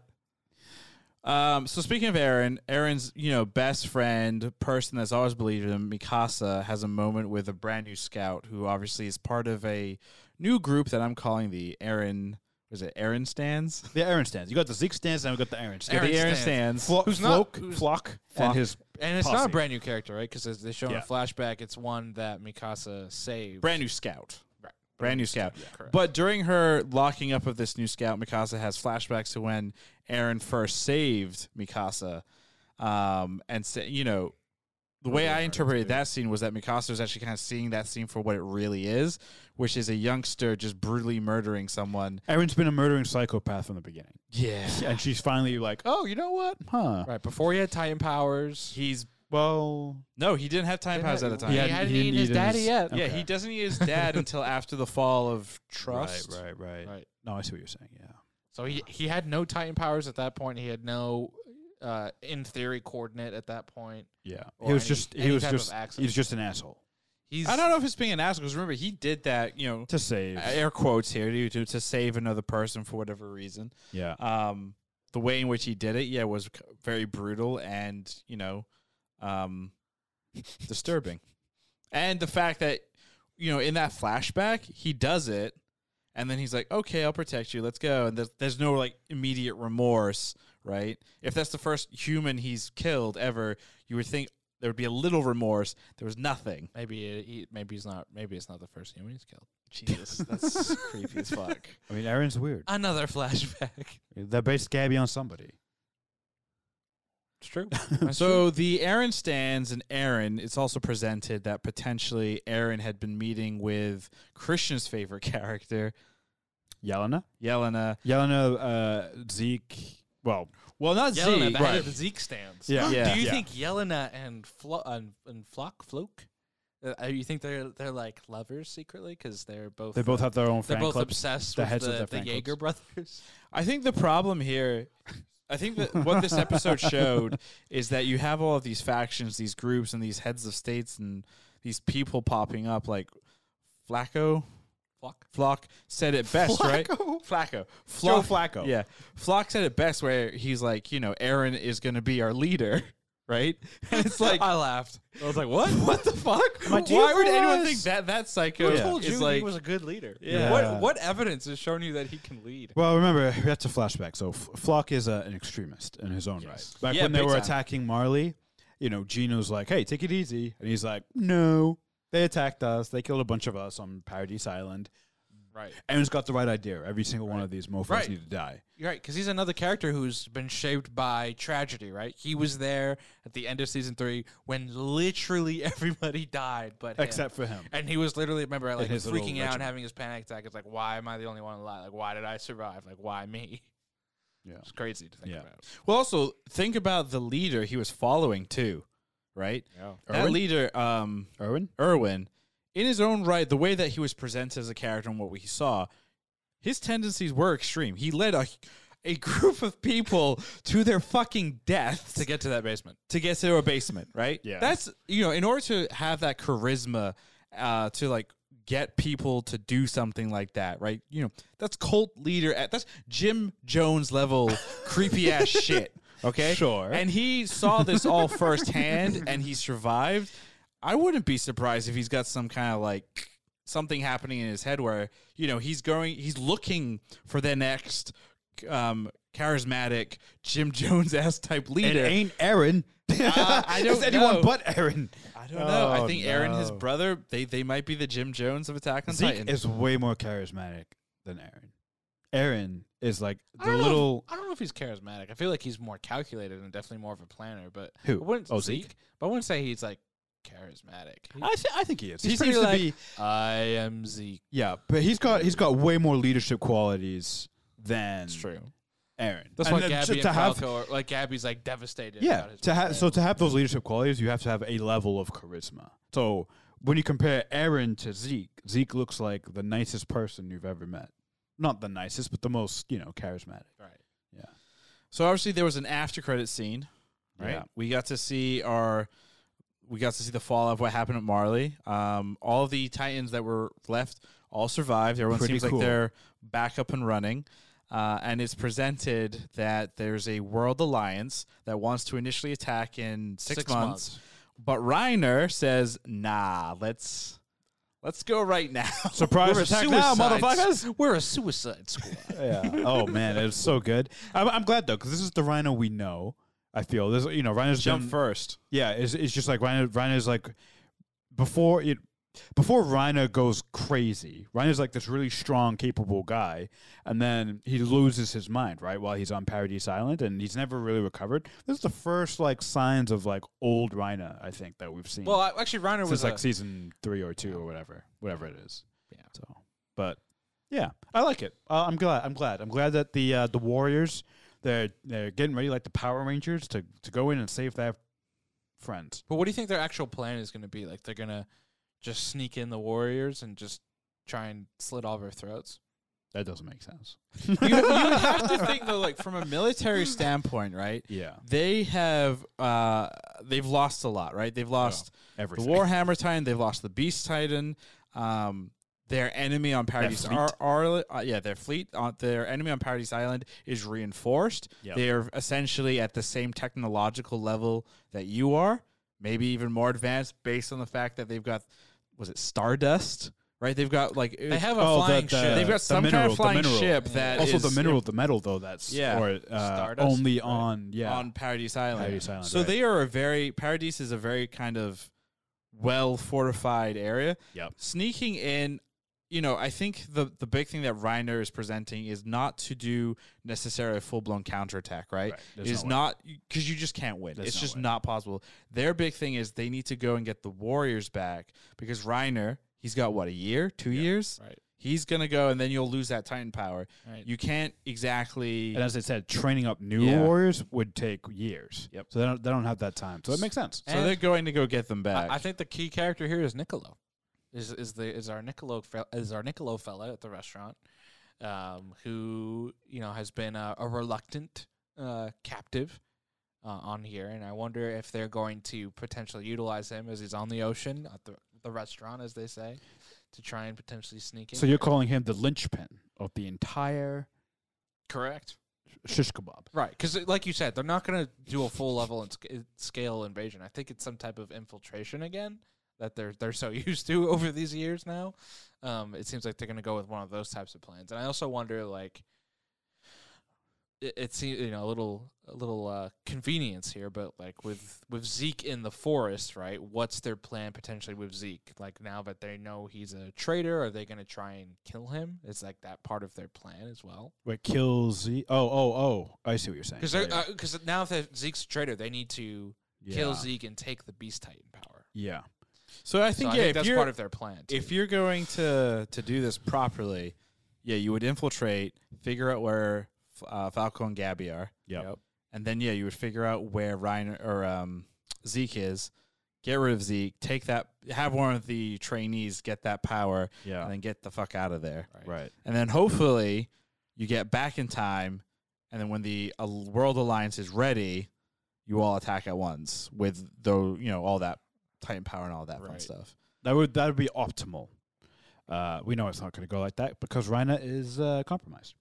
Um, so speaking of Aaron, Aaron's you know best friend, person that's always believed in him, Mikasa, has a moment with a brand new scout who obviously is part of a new group that I'm calling the Aaron. Was it Aaron stands? *laughs* The Aaron stands. You got the Zeke stands, and we got the Aaron stands. Aaron the Aaron Stands. stands. Who's not- who's- Flock, Flock. and his And it's not a Posse. brand new character, right? Because as they show in a Yeah. flashback, it's one that Mikasa saved. brand new scout. Right. Brand new scout. correct. But during her locking up of this new scout, Mikasa has flashbacks to when Aaron first saved Mikasa. Um, and sa- you know, the way I interpreted that scene was that Mikasa was actually kind of seeing that scene for what it really is, which is a youngster just brutally murdering someone. Aaron's been a murdering psychopath from the beginning, Yeah. and she's finally like, "Oh, you know what? Huh? Right before he had Titan powers. *laughs* He's Well, no, he didn't have time Didn't powers have- at the He, time. Yeah, Yeah, hadn't- hadn't he eaten didn't his eat daddy his- yet. okay. he doesn't eat his dad until after the fall of trust. right, right, right, Right. No, I see what you're saying. Yeah, So he he had no Titan powers at that point. He had no, uh, in theory, coordinate at that point. yeah. Or he was any- just, he any was type of just, accent. he was just an asshole He's I don't know if it's being an asshole because remember he did that. You know, to save. air quotes here to, to to save another person for whatever reason. yeah, Um, the way in which he did it, yeah, was c- very brutal and you know, um, *laughs* disturbing. And the fact that you know in that flashback he does it, and then he's like, "Okay, I'll protect you. Let's go." And there's, there's no like immediate remorse, right? If that's the first human he's killed ever, you would think there would be a little remorse. There was nothing. Maybe it, he, maybe he's not. Maybe it's not the first human he's killed. Jesus, that's *laughs* creepy as fuck. I mean, Aaron's weird. Another *laughs* flashback. They're based Gabby on somebody. *laughs* It's true. So the Aaron stands and Aaron, it's also presented that potentially Aaron had been meeting with Krishna's favorite *laughs* character, Yelena, Yelena. Yelena, uh, Zeke. Well, Well, not Yelena, Zeke. the head of the Zeke stands. Yeah. Yeah. Do you Yeah. think Yelena and Flo- and, and Flock Floke? Uh, you think they're they're like lovers secretly because they're both they both have their own they're fan both clubs. obsessed the with heads of the, their the fan *laughs* Jaeger brothers. I think the problem here, I think that what this *laughs* episode showed is that you have all of these factions, these groups, and these heads of states and these people popping up like Flacco. Flock. Flock said it best, right? *laughs* Flacco. Joe Flock. Flacco. Yeah. Flock said it best where he's like, you know, Aaron is going to be our leader, *laughs* right? And it's like, *laughs* I laughed. I was like, Uh, what? what the fuck? I'm like, do you Why would anyone realize- think that that psycho Who I told you is like, he was a good leader. Yeah. What what evidence is showing you that he can lead? Well, remember that's a flashback. So F- Flock is uh, an extremist in his own right. Back Yeah, when they big were time. attacking Marley, you know, Gino's like, "Hey, take it easy," and he's like, "No, they attacked us. They killed a bunch of us on Paradise Island." Right. Aaron's got the right idea. Every single one of these mofos Right. need to die. You're right, because he's another character who's been shaped by tragedy, right? He was there at the end of season three when literally *laughs* everybody died, but him. Except for him. and he was literally remember like his little freaking out and regiment. having his panic attack. It's like, why am I the only one alive? Like, why did I survive? Like, why me? Yeah. It's crazy to think Yeah. about. well, also think about the leader he was following too, right? That Erwin? leader, um, Erwin? Irwin, in his own right, the way that he was presented as a character and what we saw, his tendencies were extreme. He led a, a *laughs* group of people to their fucking deaths To get to that basement, to get to a basement, right? Yeah. That's you know, in order to have that charisma, uh, to like get people to do something like that, right? You know, that's cult leader at that's Jim Jones *laughs* level creepy ass shit. Okay. Sure. And he saw this all firsthand and he survived. I wouldn't be surprised if he's got some kind of like something happening in his head where you know he's going, he's looking for the next um, charismatic Jim Jones ass type It leader. ain't Aaron. Uh, I *laughs* it's don't anyone know. but Aaron. I don't know. I Oh, think Aaron, his no. brother, they they might be the Jim Jones of Attack on Zeke Titan. is way more charismatic than Aaron. Aaron is like I the don't know if- little. I don't know if he's charismatic. I feel like he's more calculated and definitely more of a planner. But Who? I wouldn't, Oh, Zeke? But I wouldn't say he's like charismatic. He- I, th- I think he is. He He's seems to pretty like- be. I am Zeke. Yeah, but he's got he's got way more leadership qualities than That's true. Aaron. That's And why then Gabby to, and to have Falco are, like Gabby's like devastated. yeah about his to have plan. so to have those leadership qualities, you have to have a level of charisma. So when you compare Aaron to Zeke, Zeke looks like the nicest person you've ever met. Not the nicest, but the most you know charismatic. right. So obviously there was an after credit scene, right? Yeah. We got to see our we got to see the fallout of what happened at Marley. Um, all the Titans that were left all survived. Everyone Pretty seems cool. like they're back up and running. Uh, and it's presented that there's a world alliance that wants to initially attack in six, months, but Reiner says, "Nah, let's let's go right now." *laughs* Surprise We're a attack now, suicide motherfuckers! *laughs* We're a suicide squad. yeah. Oh man, it was so good. I'm, I'm glad though because this is the Rhino we know. I feel this. You know, Rhino's Jump been- first. Yeah, it's, it's just like Rhino. Rhino's like before it. Before Rhino goes crazy, Rhino's like this really strong, capable guy, and then he loses his mind, right? While he's on Paradise Island, and he's never really recovered. This is the first like signs of like old Rhino, I think, that we've seen. *laughs* well, I, actually, Reiner since was like a- season three or two or whatever, whatever it is. Yeah. So, but yeah, I like it. Uh, I'm glad. I'm glad. I'm glad that the uh, the Warriors they're they're getting ready like the Power Rangers to to go in and save their friends. But what do you think their actual plan is going to be? Like they're going to just sneak in the warriors and just try and slit all their throats? That doesn't make sense. you, you *laughs* have to think though, like from a military standpoint, right? Yeah. They have uh, they've lost a lot, right? Oh, They've lost the Everything. Warhammer Titan, they've lost the Beast Titan, um, their enemy on Paradise fleet. Ar- Ar- uh, yeah, their fleet on their enemy on Paradise Island is reinforced. Yep. They're essentially at the same technological level that you are, maybe even more advanced based on the fact that they've got was it Stardust? Right? They've got like uh, They have a Oh, the- flying the- ship. they've got the some mineral- kind the of flying mineral. ship *laughs* Yeah. that also the is- mineral, the metal though. That's Yeah. or uh, Stardust? only on yeah on Paradise Island. Paradise Island, So right. they are a very Paradise is a very kind of well fortified area. Yep. Sneaking in, you know, I think the the big thing that Reiner is presenting is not to do necessarily a full blown counterattack, right? Right. There's Is no way. not because you just can't win. There's it's no just way. not possible. Their big thing is they need to go and get the Warriors back because Reiner, he's got what a year, two years. Right. He's gonna go, and then you'll lose that Titan power. Right. You can't exactly. And as I said, training up new Yeah. warriors would take years. Yep. So they don't, they don't have that time. So it makes sense. so they're going to go get them back. I, I think the key character here is Niccolo. Is is the is our Niccolo fe- is our Niccolo fella at the restaurant, um, who you know has been a, a reluctant uh, captive uh, on here, and I wonder if they're going to potentially utilize him as he's on the ocean at the the restaurant, as they say, to try and potentially sneak in. So you're calling him the linchpin of the entire correct, shish kebab. right? Because like you said, they're not going to do a full level and sc- uh, scale invasion. I think it's some type of infiltration again that they're they're so *laughs* used to over these years now. Um, it seems like they're going to go with one of those types of plans, and I also wonder like. It, it seems you know a little a little uh, convenience here, but like with with Zeke in the forest, right? What's their plan potentially with Zeke? Like now that they know he's a traitor, are they going to try and kill him? Is like that part of their plan as well? Wait, kill Z? Oh, oh, oh! I see what you're saying. Because yeah, yeah. because now that Zeke's a traitor, they need to uh, kill Yeah. Zeke and take the Beast Titan power. Yeah, So I So think, I yeah, think if, that's you're, part of their plan. too. if you're going to to do this properly, yeah, you would infiltrate, figure out where uh, Falco and Gabby are, Yep. Yep. and then yeah, you would figure out where Ryan or um, Zeke is. Get rid of Zeke. Take that. Have one of the trainees get that power, yeah, and then get the fuck out of there. right. And then hopefully you get back in time, and then when the uh, World Alliance is ready, you all attack at once with though you know all that Titan power and all that fun Right. stuff. That would that would be optimal. Uh, we know it's not going to go like that because Reiner is uh, compromised.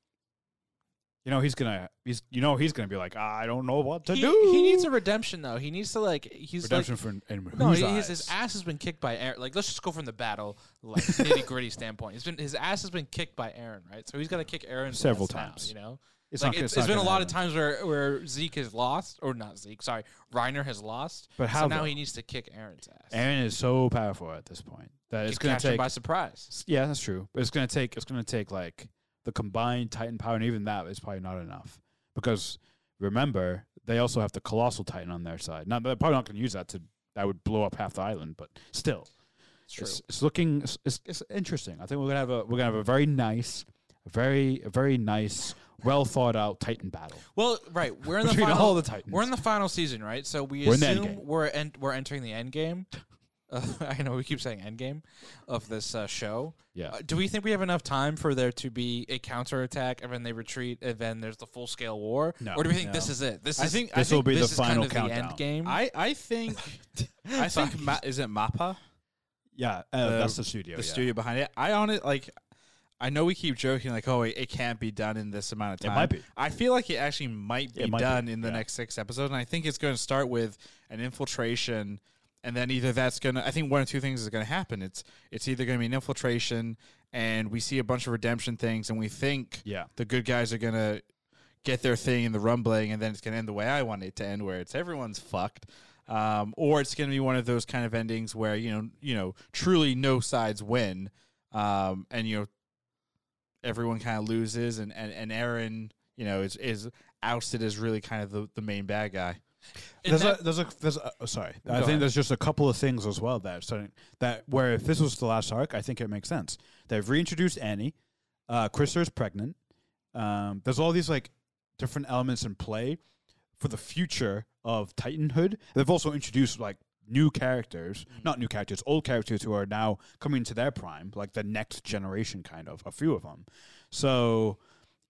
You know he's gonna he's you know he's gonna be like "Ah, I don't know what to he, do. he needs a redemption though. He needs to like he's redemption like, for in no, whose he- eyes? he's, his ass has been kicked by Aaron. Like, let's just go from the battle, *laughs* like nitty gritty standpoint. It's been his ass has been kicked by Aaron, right? So he's got to kick Aaron Several ass now, times. you know, It's like not- it's, it's not it's been a gonna lot of happen. times where where Zeke has lost, or not Zeke, sorry, Reiner has lost. But so how, now though? he needs to kick Aaron's ass. Aaron is so powerful at this point that Get it's gonna catch him take by surprise. S- Yeah, that's true. But it's gonna take it's gonna take like the combined Titan power, and even that is probably not enough because remember they also have the colossal Titan on their side. Now they're probably not gonna use that to that would blow up half the island, but still, It's true. it's, it's looking it's, it's, it's interesting. I think we're gonna have a we're gonna have a very nice, very a very nice, well thought out Titan battle. Well, right, we're in the Between final, all the Titans. We're in the final season, right? So we We're in the end assume game. we're en- we're entering the end game. Uh, *laughs* I know we keep saying end game of this uh, show. Yeah. Uh, do we think we have enough time for there to be a counterattack and then they retreat and then there's the full scale war? No. or do we think No. this is it? This I is think- I this This will be the is kind final of The countdown. end game. I, I think *laughs* I think Ma- is it Mappa Yeah, uh, The- that's the studio. the Oh, yeah. studio behind it. I on it like I know we keep joking like oh it, it can't be done in this amount of It time. might be. I feel like it actually might be It might be, done in the yeah. next six episodes, and I think it's going to start with an infiltration, and then either that's going to I think one of two things is going to happen. It's it's either going to be an infiltration, and we see a bunch of redemption things, and we think Yeah. the good guys are going to get their thing in the rumbling, and then it's going to end the way I want it to end, where it's everyone's fucked. Um, or it's going to be one of those kind of endings where you know, you know, truly no sides win, um, and you know, everyone kind of loses, and, and and Aaron, you know, is is ousted as really kind of the, the main bad guy. In there's that- a there's a there's a, oh, sorry. I think ahead. there's just a couple of things as well that are starting that where if this was the last arc, I think it makes sense. They've reintroduced Annie. Uh, Krista is pregnant. Um, there's all these like different elements in play for the future of Titanhood. They've also introduced like new characters, Mm. not new characters, old characters who are now coming into their prime, like the next generation kind of a few of them. So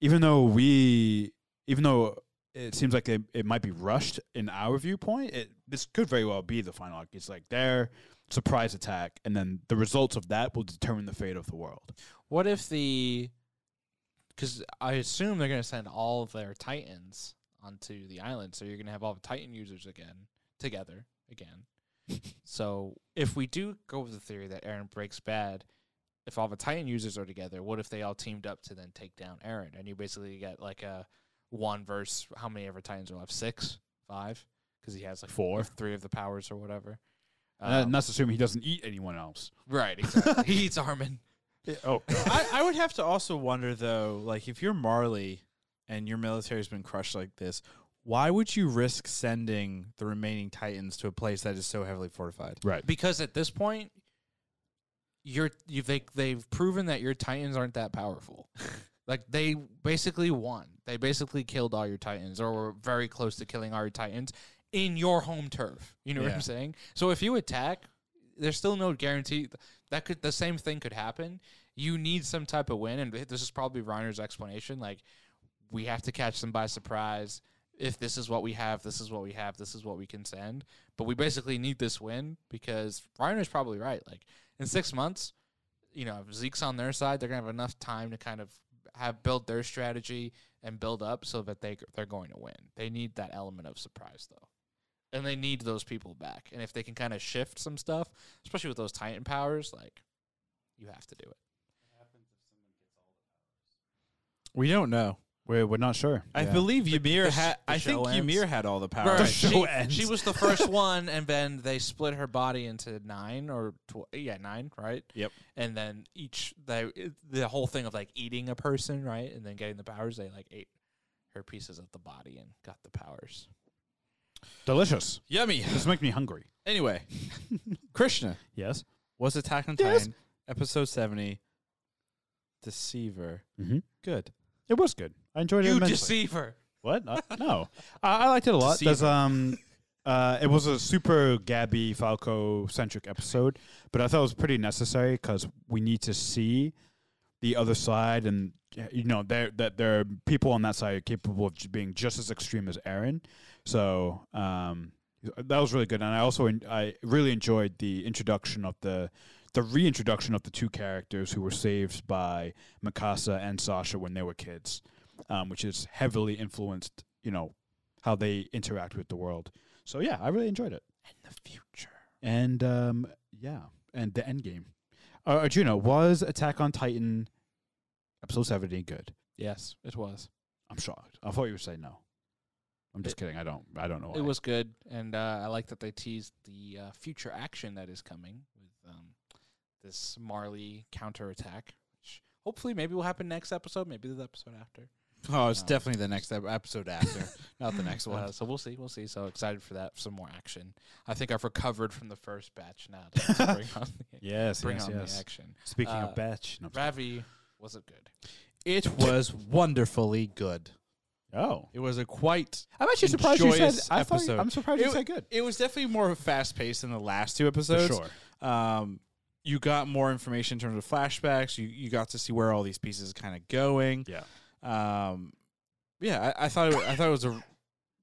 even though we, even though it seems like it, it might be rushed in our viewpoint, it, this could very well be the final arc. It's like their surprise attack, and then the results of that will determine the fate of the world. what if the because I assume they're going to send all of their titans onto the island, so you're going to have all the titan users again together again. so if we do go with the theory that Aaron breaks bad, if all the titan users are together, what if they all teamed up to then take down Aaron? And you basically get like a one verse. How many ever titans are left? Six, five, because he has like Four. three of the powers or whatever. And that- Um, and that's assuming he doesn't eat anyone else. right, exactly. he eats Armin. Oh, I, I would have to also wonder though, like if you're Marley and your military's been crushed like this, why would you risk sending the remaining Titans to a place that is so heavily fortified? *laughs* right. because at this point you're you they they've proven that your titans aren't that powerful like they basically won they basically killed all your titans or were very close to killing all your titans in your home turf you know what Yeah. i'm saying so if you attack there's still no guarantee that could the same thing could happen you need some type of win and this is probably reiner's explanation like we have to catch them by surprise if this is what we have, this is what we have, this is what we can send. But we basically need this win because Reiner's probably right. Like in six months, you know, if Zeke's on their side, they're gonna have enough time to kind of have build their strategy and build up so that they they're going to win. They need that element of surprise though. And they need those people back. And if they can kind of shift some stuff, especially with those Titan powers, like you have to do it. We don't know. We're, we're not sure. I Yeah. believe Ymir the sh- had. the I think show ends. Ymir had all the power. Right. *laughs* The She, show ends. she *laughs* was the first one, and then they split her body into nine or tw- yeah, nine, right? Yep. And then each they the whole thing of like eating a person, right, and then getting the powers. They like ate her pieces of the body and got the powers. delicious. Yummy. This makes me hungry. *laughs* Anyway, Krishna Yes. was Attack on Yes. Titan episode seventy. Deceiver. Mm-hmm. Good. It was good. I enjoyed it You immensely. deceiver! What? Uh, no, I, I liked it a lot. There's um, uh, it was a super Gabby Falco centric episode, but I thought it was pretty necessary because we need to see the other side, and you know, there that there are people on that side are capable of j- being just as extreme as Aaron. So um, that was really good, and I also en- I really enjoyed the introduction of the. The reintroduction of the two characters who were saved by Mikasa and Sasha when they were kids. um, which is heavily influenced, you know, how they interact with the world. So yeah, I really enjoyed it. In the future. And um, yeah, and the end game. Uh, Arjuna was Attack on Titan episode seventeen good. Yes, it was. I'm shocked. I thought you would say no. I'm just kidding. I don't. I don't know. It why. was good, and uh, I like that they teased the uh, future action that is coming with um, this Marley counterattack, which hopefully maybe will happen next episode, maybe the episode after. Oh, it's No. definitely the next ep- episode after, not the *laughs* next one. Uh, so we'll see, we'll see. So excited for that, some more action. I think I've recovered from the first batch now to, to *laughs* bring on the, Yes. *laughs* bring yes. on yes. the action. Speaking Uh, of batch. No, I'm just Ravi was it good? *laughs* It was wonderfully good. kidding. oh, It was a quite. I'm actually surprised you said. Enjoyous I thought you, episode. I'm surprised you It- said good. It was definitely more fast paced than the last two For episodes. sure. Um, you got more information in terms of flashbacks. You you got to see where all these pieces kind of going. Yeah. Um, yeah, I, I thought it, wa- I thought it was a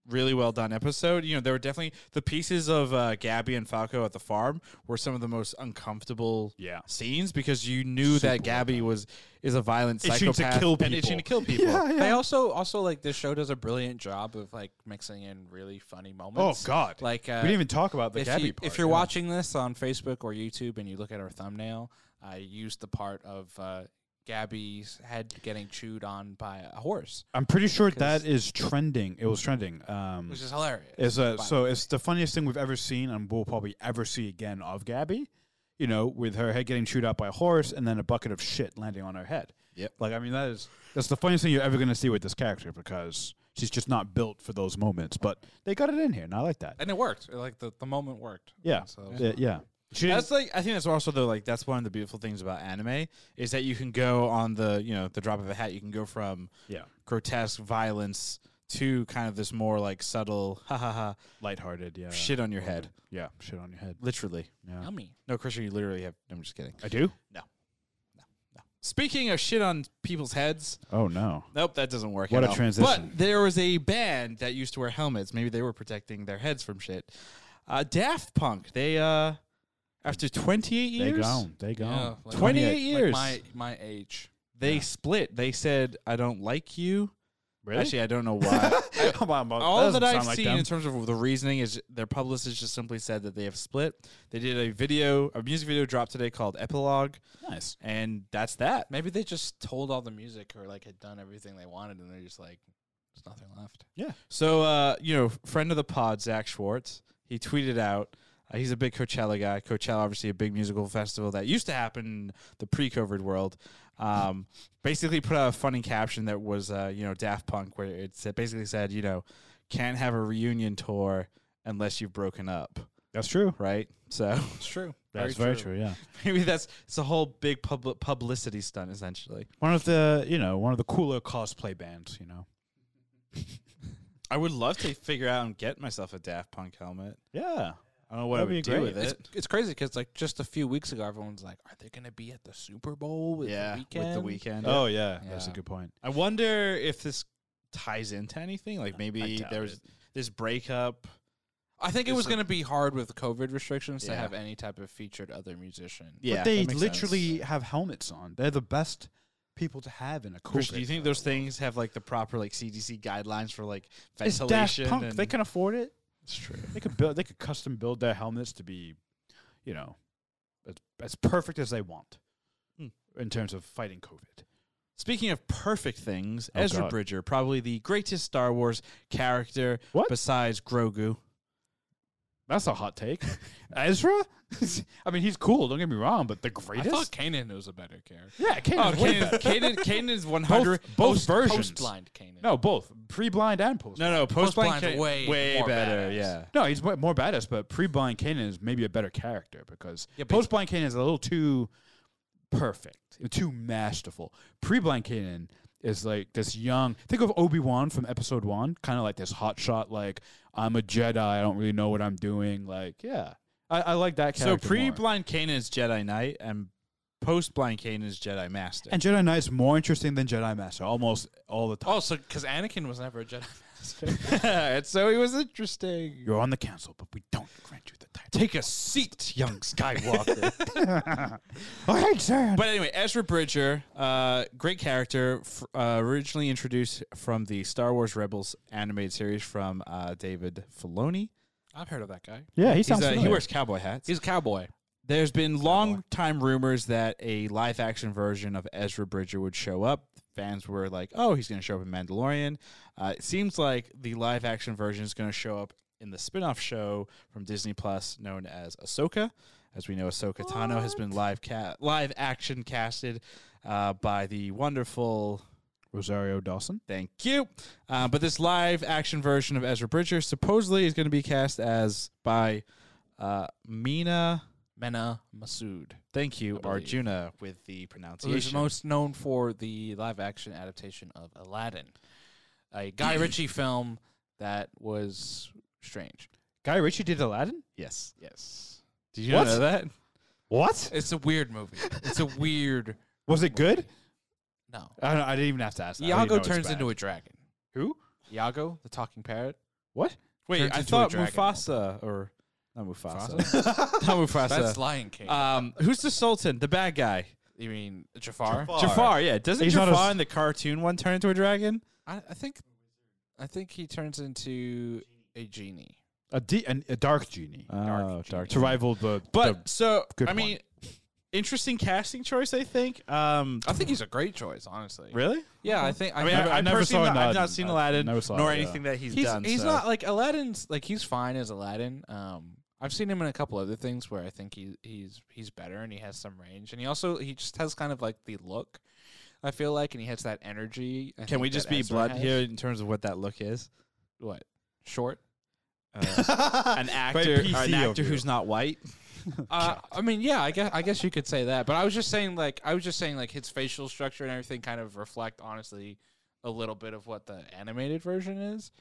really well done episode. You know, there were definitely the pieces of uh, Gabby and Falco at the farm were some of the most uncomfortable Yeah. scenes because you knew Super that Gabby was is a violent Itching to psychopath kill and people. itching to *laughs* kill people. They also also like this show does a brilliant job of like mixing in really funny Oh moments. God. Like uh, we didn't even talk about the if, Gabby you, part. if you're yeah. watching this on Facebook or YouTube and you look at our thumbnail, I used the part of uh, Gabby's head getting chewed on by a horse, I'm pretty sure that 'Cause- is trending. It was trending. Um, which is hilarious. is by a, the so way. it's the funniest thing we've ever seen, and we'll probably ever see again of Gabby. You know, with her head getting chewed out by a horse, and then a bucket of shit landing on her head. Yep. Like I mean, that is that's the funniest thing you're ever going to see with this character because she's just not built for those moments. But they got it in here, and I like that. and it worked. Like the, the moment worked. Yeah. So Yeah. yeah. She didn't- That's like I think that's also though like that's one of the beautiful things about anime is that you can go on the you know the drop of a hat you can go from yeah, grotesque violence to kind of this more like subtle ha ha ha lighthearted. Yeah. shit on your head Yeah. Shit on your head. literally Yeah. yummy. no Christian you literally have I'm just kidding I do. speaking of shit on people's heads Oh no. nope that doesn't work What at a all. transition. but there was a band that used to wear helmets maybe they were protecting their heads from shit uh, Daft Punk they uh after 28 They years gone. They gone. Yeah, like- 28 like years my my age. they Yeah. split they said I don't like you Really? Actually, I don't know *laughs* why. *laughs* Come on, Bob. All doesn't that I've sound like seen them. in terms of the reasoning is their publicist just simply said that they have split. They did a video, a music video dropped today called Epilogue, nice. and that's that. Maybe they just told all the music or like had done everything they wanted, and they're just like, there's nothing left. So, uh, you know, friend of the pod, Zach Schwartz, he tweeted out. Uh, he's a big Coachella guy. Coachella, obviously, a big musical festival that used to happen in the pre-COVID world. Um, basically, put out a funny caption that was, uh, you know, Daft Punk, where it said, basically said, you know, can't have a reunion tour unless you've broken up, That's true. right? So. *laughs* It's true. That's very, true. Yeah. Maybe that's it's a whole big public publicity stunt, essentially. One of the you know one of the cooler cosplay bands. You know. I would love to figure out and get myself a Daft Punk helmet. Yeah. I don't know what I That'd be would do great. with It's, it. it's crazy because like just a few weeks ago, everyone's like, "Are they going to be at the Super Bowl with the weekend?" with the weekend. Oh yeah. That's a Yeah. good point. I wonder if this ties into anything. Like maybe doubt there was this breakup. I think it It's was a- going to be hard with COVID restrictions to Yeah. have any type of featured other musician. Yeah, but they that makes literally sense. have helmets on. They're the best people to have in a cool. Chris, do you think those things have like the proper like CDC guidelines for like It's Daft ventilation? Punk. and- They can afford it. It's true. They could build. They could custom build their helmets to be, you know, as, as perfect as they want, Hmm. in terms of fighting COVID. Speaking of perfect things, Oh, Ezra God. Bridger, probably the greatest Star Wars character What? besides Grogu. That's a hot take. *laughs* Ezra? I mean, he's cool. Don't get me wrong, but the I greatest. thought Kanan was a better character. yeah, Oh, Kanan's way Kanan, better. Kanan, Kanan's one hundred. *laughs* both, both Post- versions. Post-blind Kanan. No, both pre-blind and post. No, no, post blind Post-blind's way more better. badass. Yeah, No, he's wa- more badass, but pre-blind Kanan is maybe a better character because Yeah, but- post-blind Kanan is a little too perfect, too masterful. Pre-blind Kanan is like this young. Think of Obi Wan from Episode One, kind of like this hotshot, like I'm a Jedi. I don't really know what I'm doing. Like, yeah, I, I like that So character. pre more. blind Kanan is Jedi Knight, and post blind Kanan is Jedi Master. *laughs* and Jedi Knight's more interesting than Jedi Master almost all the time. Oh, so because Anakin was never a Jedi. and so he was interesting. You're on the council, but we don't grant you the title. Take a seat, young Skywalker. All right, Oh, sir. *laughs* but anyway, Ezra Bridger, uh, great character, f- uh, originally introduced from the Star Wars Rebels animated series from uh, David Filoni. I've heard of that guy. yeah, he He's, sounds. uh, he familiar. wears cowboy hats. He's a cowboy. There's been long time rumors that a live action version of Ezra Bridger would show up. Fans were like, "Oh, he's going to show up in Mandalorian." Uh, it seems like the live action version is going to show up in the spin off show from Disney Plus known as Ahsoka. As we know, Ahsoka Tano has been live ca- live action casted uh, by the wonderful Rosario Dawson. Thank you. Uh, but this live action version of Ezra Bridger supposedly is going to be cast as by uh, Mina. Mena Masood. Thank you, believe. Arjuna, with Oh, the He's pronunciation. most known for the live action adaptation of Aladdin, a Guy Ritchie film that was strange. Guy Ritchie did Aladdin. yes. Yes. Did you What? know that? What It's a weird movie. It's a weird. was it good? No. I, don't, I didn't even have to ask. That. Iago turns into a dragon. who? Iago, the talking parrot. What? Wait, Turns I into a thought dragon. Mufasa or not Mufasa. *laughs* not Mufasa. That's Lion King. um, who's the Sultan? The bad guy. you mean Jafar? Jafar, yeah. Doesn't He's not a Jafar s- in the cartoon one turn into a dragon? I, I think, I think he turns into a genie. A, de- an, a dark genie. Oh, dark to rival the. But so good I one. mean interesting casting choice, I think. Um I think he's a great choice, honestly. Really? Yeah, I think. I, I mean, Never- I, I I never personally saw not- I've Aladdin. not seen I Aladdin never saw nor it, yeah. anything that he's, he's done. he's so. not like Aladdin's like he's fine as Aladdin. Um, I've seen him in a couple other things where I think he he's he's better and he has some range and he also he just has kind of like the look. I feel like, and he has that energy. I Can think, we that just be Ezra blunt has. here in terms of what that look is? What short? Ah. an actor, PC an actor over who's not white. Uh, I mean, yeah, I guess I guess you could say that, but I was just saying like I was just saying like his facial structure and everything kind of reflect honestly a little bit of what the animated version is,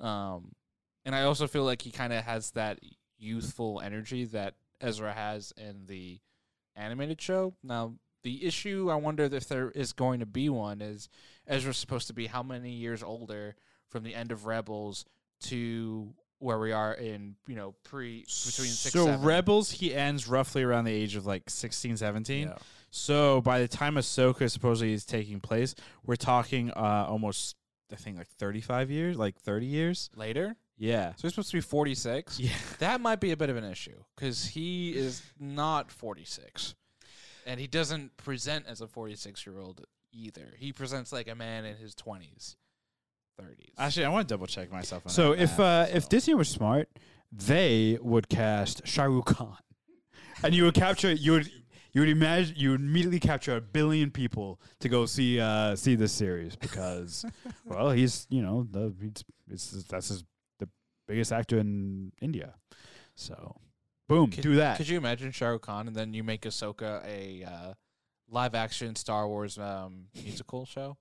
um, and I also feel like he kind of has that youthful energy that Ezra has in the animated show. Now the issue I wonder if there is going to be one is Ezra's supposed to be how many years older from the end of Rebels to where we are in you know pre between six so seven. Rebels, he ends roughly around the age of like 16, 17. So by the time Ahsoka supposedly is taking place, we're talking uh, almost, I think, like 35 years, like 30 years. later. Yeah. So he's supposed to be 46. Yeah. That might be a bit of an issue because he is not 46. And he doesn't present as a 46 year old either. He presents like a man in his 20s, 30s. Actually, I want to double check myself on so that if math, uh, so. if Disney was smart, they would cast Shah Rukh Khan, *laughs* and you would capture you would you would imagine you would immediately capture a billion people to go see uh, see this series *laughs* because well he's you know the he's, it's, that's his, the biggest actor in India, so boom do that. Could you imagine Shah Rukh Khan and then you make Ahsoka a uh, live action Star Wars um, *laughs* musical *laughs* show?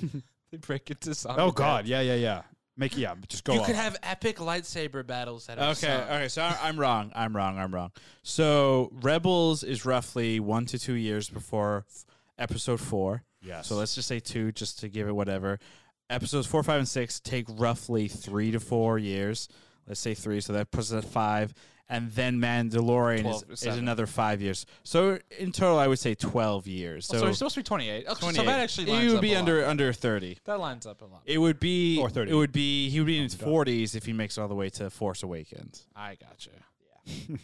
they break into song. oh God, yeah, yeah, yeah. Make yeah, just go. You off. could have epic lightsaber battles that are Okay, okay. So I- I'm wrong. I'm wrong. I'm wrong. So Rebels is roughly one to two years before episode four. Yes. So let's just say two, just to give it whatever. Episodes four, five, and six take roughly three to four years. Let's say three, so that puts us at five. And then Mandalorian Twelve, is, is seven. another five years. So in total, I would say twelve years. So, So, Oh, he's supposed to be 28. Okay, So 28. that actually lines it would up be a lot. under under thirty. That lines up a lot. It would be Or 30. It would be he would be in his forties if he makes it all the way to Force Awakens. I gotcha. Yeah.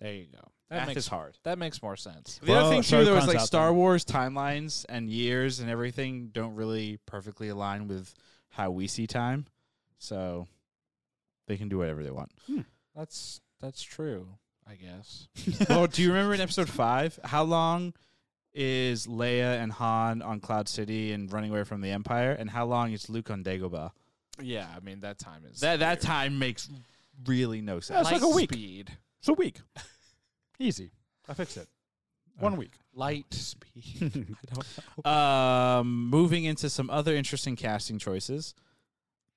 there you go. That Math makes is hard. that makes more sense. The Well, other thing Shah too, Rukh though, is Khan's like out Star there. Wars timelines and years and everything don't really perfectly align with how we see time. So they can do whatever they *laughs* want. That's that's true, I guess. well, do you remember in episode five how long is Leia and Han on Cloud City and running away from the Empire, and how long is Luke on Dagobah? Yeah, I mean that time is That that time makes really no sense. That's like a light week. speed. It's a week. Easy. I fix *laughs* it. One week. Light *laughs* speed. I don't know. Um, moving into some other interesting casting choices.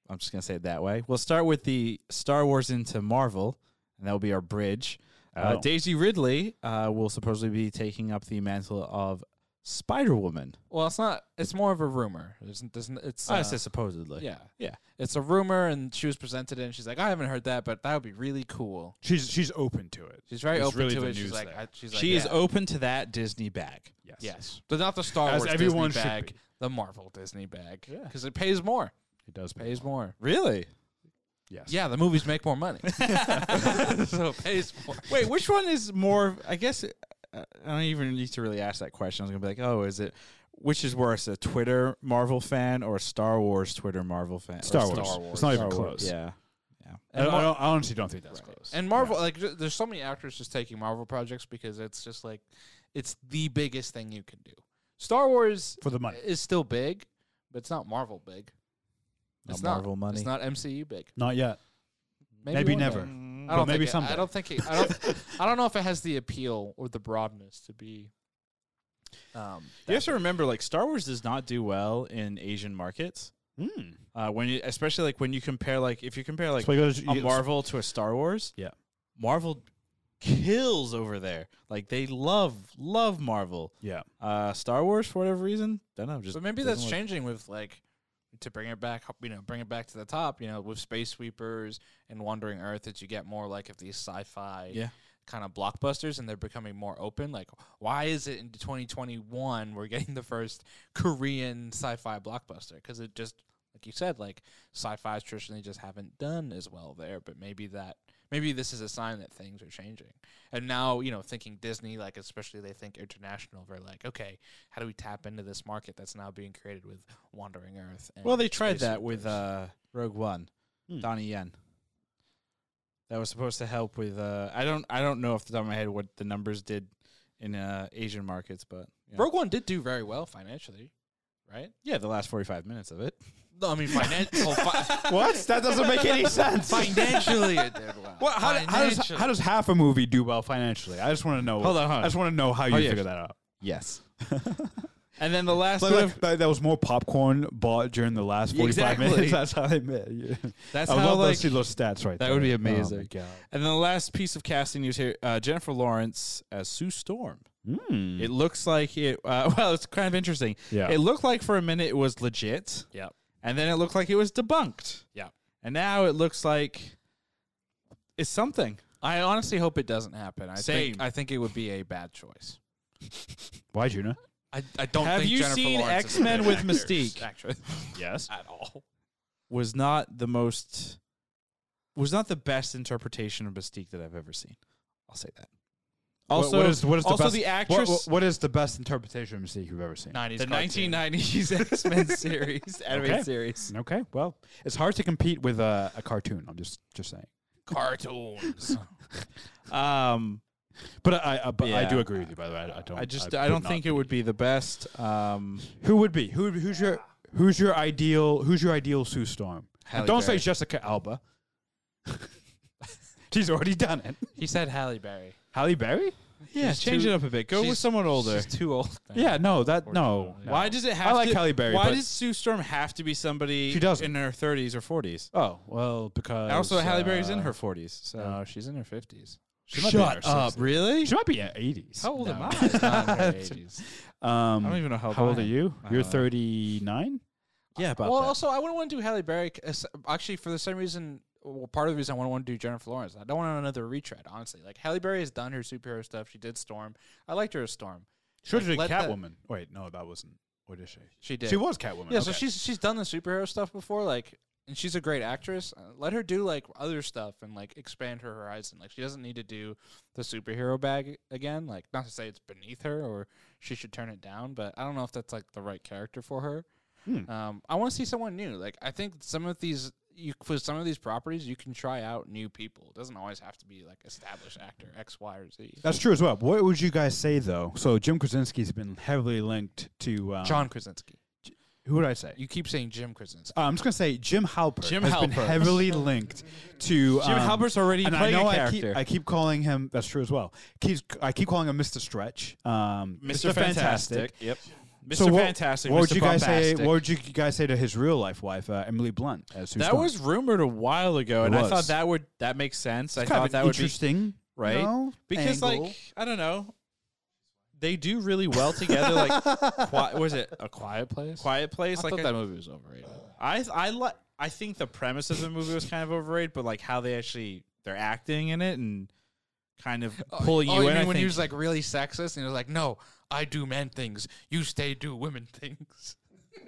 I'm just gonna say it that way. We'll start with the Star Wars into Marvel, and that will be our bridge. Uh, Oh. Daisy Ridley uh, will supposedly be taking up the mantle of Spider Woman. Well, it's not. It's more of a rumor. There's, there's, n- it's I uh, said supposedly. yeah, Yeah. It's a rumor, and she was presented, it and she's like, I haven't heard that, but that would be really cool. She's she's open to it. She's very It's open really to the it. She's news like, there. I, she's like, She is yeah. open to that Disney bag. Yes. Yes, but not the Star As Wars everyone Disney should bag, be. the Marvel Disney bag, Yeah. because it pays more. It does pay. Pays more. Really? Yes. Yeah, the movies make more money, *laughs* so it pays more. Wait, which one is more? I guess uh, I don't even need to really ask that question. I was gonna be like, oh, is it which is worse, a Twitter Marvel fan or a Star Wars Twitter Marvel fan? Or Star Wars. It's not even Star Wars, close. Yeah. I, And Mar- I don't- I honestly don't think that's close. And Marvel, like, ju- there's so many actors just taking Marvel projects because it's just like, it's the biggest thing you can do. Star Wars uh, for the money, is still big, but it's not Marvel big. Not it's Marvel not, money. It's not MCU big. not yet. Maybe one day. never. I Mm. But don't maybe think it- someday. I don't think it, I don't. *laughs* I don't know if it has the appeal or the broadness to be. Um, You have to remember, like Star Wars does not do well in Asian markets. Mm. Uh, when you, especially like when you compare, like if you compare like So you gotta- a you- Marvel to a Star Wars, Yeah. Marvel kills over there. Like they love love Marvel. Yeah. *laughs* Uh, Star Wars for whatever reason, don't know. Just but maybe doesn't that's look- changing with like to bring it back. You know, bring it back to the top. You know, with Space Sweepers and Wandering Earth, that you get more like of these sci-fi Yeah. kind of blockbusters, and they're becoming more open. Like, why is it in 2021 we're getting the first Korean sci-fi blockbuster? Because it just like you said, like sci-fi traditionally just haven't done as well there. But maybe that maybe this is a sign that things are changing. And now you know, thinking Disney, like especially they think international, they're like, okay, how do we tap into this market that's now being created with Wandering Earth? And Well, they tried Space that with Invaders? uh, Rogue One, Hmm. Donnie Yen. That was supposed to help with. Uh, I don't. I don't know off the top of my head what the numbers did in uh, Asian markets, but yeah. Rogue One did do very well financially, right? yeah, the last forty-five minutes of it. No, I mean *laughs* financial. fi- What? That doesn't make *laughs* any sense. financially, it did well. What? How, how does how does half a movie do well financially? I just want to know. Hold on, hold on. I just want to know how you yeah. figure that out. Yes. *laughs* and then the last Like, bit like, of- that, that was more popcorn bought during the last forty five Exactly. minutes. *laughs* That's how they met. Yeah. that's I would how love like to see those stats right that there. would be Oh my amazing. God. and then the last piece of casting news here: uh, Jennifer Lawrence as Sue Storm. Mm. It looks like it. Uh, *laughs* well, it's kind of interesting. Yeah. Hmm. It looked like for a minute it was legit, Yeah, and then it looked like it was debunked. yeah. And now it looks like it's something. I honestly hope it doesn't happen. I Same. think I think it would be a bad choice. Why, Juna? I, I don't Have think you Jennifer seen Lawrence is a X-Men good with actress, Mystique? *laughs* Actually, Yes. at all. Was not the most was not the best interpretation of Mystique that I've ever seen. I'll say that. Also, what is, what is also the, best, the what- actress- what- what is the best interpretation of Mystique you've ever seen? *laughs* Nineties. the *laughs* 1990s X-Men series, animated Okay. series. Okay, well, it's hard to compete with a, a cartoon. I'm just just saying. *laughs* cartoons. Um, But I, I but I Yeah. do agree with you. By the way, I, I don't. I just I, don't think it would be the best. Um, Who would be? Who who's your who's your ideal who's your ideal Sue Storm? And Halle don't Berry. say Jessica Alba. *laughs* She's already done it. he said Halle Berry. Halle Berry? yeah, She's change too- it up a bit. Go with she's- someone older. She's too *laughs* old. now. Yeah, no, that no. Unfortunately. no. Why does it have? like to, Halle Berry, Why but- does Sue Storm have to be somebody She doesn't. in her 30s or 40s? Oh well, because Also, Halle Berry's in uh, her 40s. So No, she's in her fifties. She might be in her 60s. Really? She might be in her 80s. How old No, am I? she's not in *laughs* her 80s. Um, I don't even know how old, how old I are am. Uh, you? I You're don't know. 39. Yeah, about well, that. also, I wouldn't want to do Halle Berry. c- as- Actually, for the same reason, well, part of the reason I wouldn't want to do Jennifer Lawrence. I don't want another retread, honestly. Like, Halle Berry has done her superhero stuff. She did Storm. I liked her as Storm. She Like, was let that- Catwoman. Wait, no, that wasn't. What is she? She did. She was Catwoman. Yeah, so okay. she's she's done the superhero stuff before, like, and she's a great actress. Uh, Let her do like other stuff and like expand her horizon. Like, she doesn't need to do the superhero bag again. Like, not to say it's beneath her or she should turn it down, but I don't know if that's like the right character for her. Hmm. Um, I want to see someone new. Like, I think some of these. You, for some of these properties, you can try out new people. It doesn't always have to be like established actor X, Y, or Z. That's true as well. What would you guys say though? So Jim Krasinski's been heavily linked to um, John Krasinski. Who would I say? You keep saying Jim Krasinski. Uh, I'm just gonna say Jim Halpert Jim has been Halpert. heavily linked to Jim um, Halpert's already and I playing know a I character. keep, I keep calling him. That's true as well. Keeps I keep calling him Mr. Stretch. Um, Mr. Fantastic. Yep. Mr. So what- Fantastic. What would Mr. you guys say? Bombastic. What would you guys say to his real life wife, uh, Emily Blunt? As Sue that Storm? was rumored a while ago, It and I was. thought that would that makes sense. I kind thought of that an would be interesting, right no, because angle. like I don't know. they do really well together. Like, qui- was it A Quiet Place. Quiet I Place? thought like a- that movie was overrated. I th- I li- I think the premise of the movie was kind of overrated, but like how they actually they're acting in it and kind of Oh, pulling you in. I when he think- was like really sexist and he was like, "No, I do men things. You stay do women things." *laughs*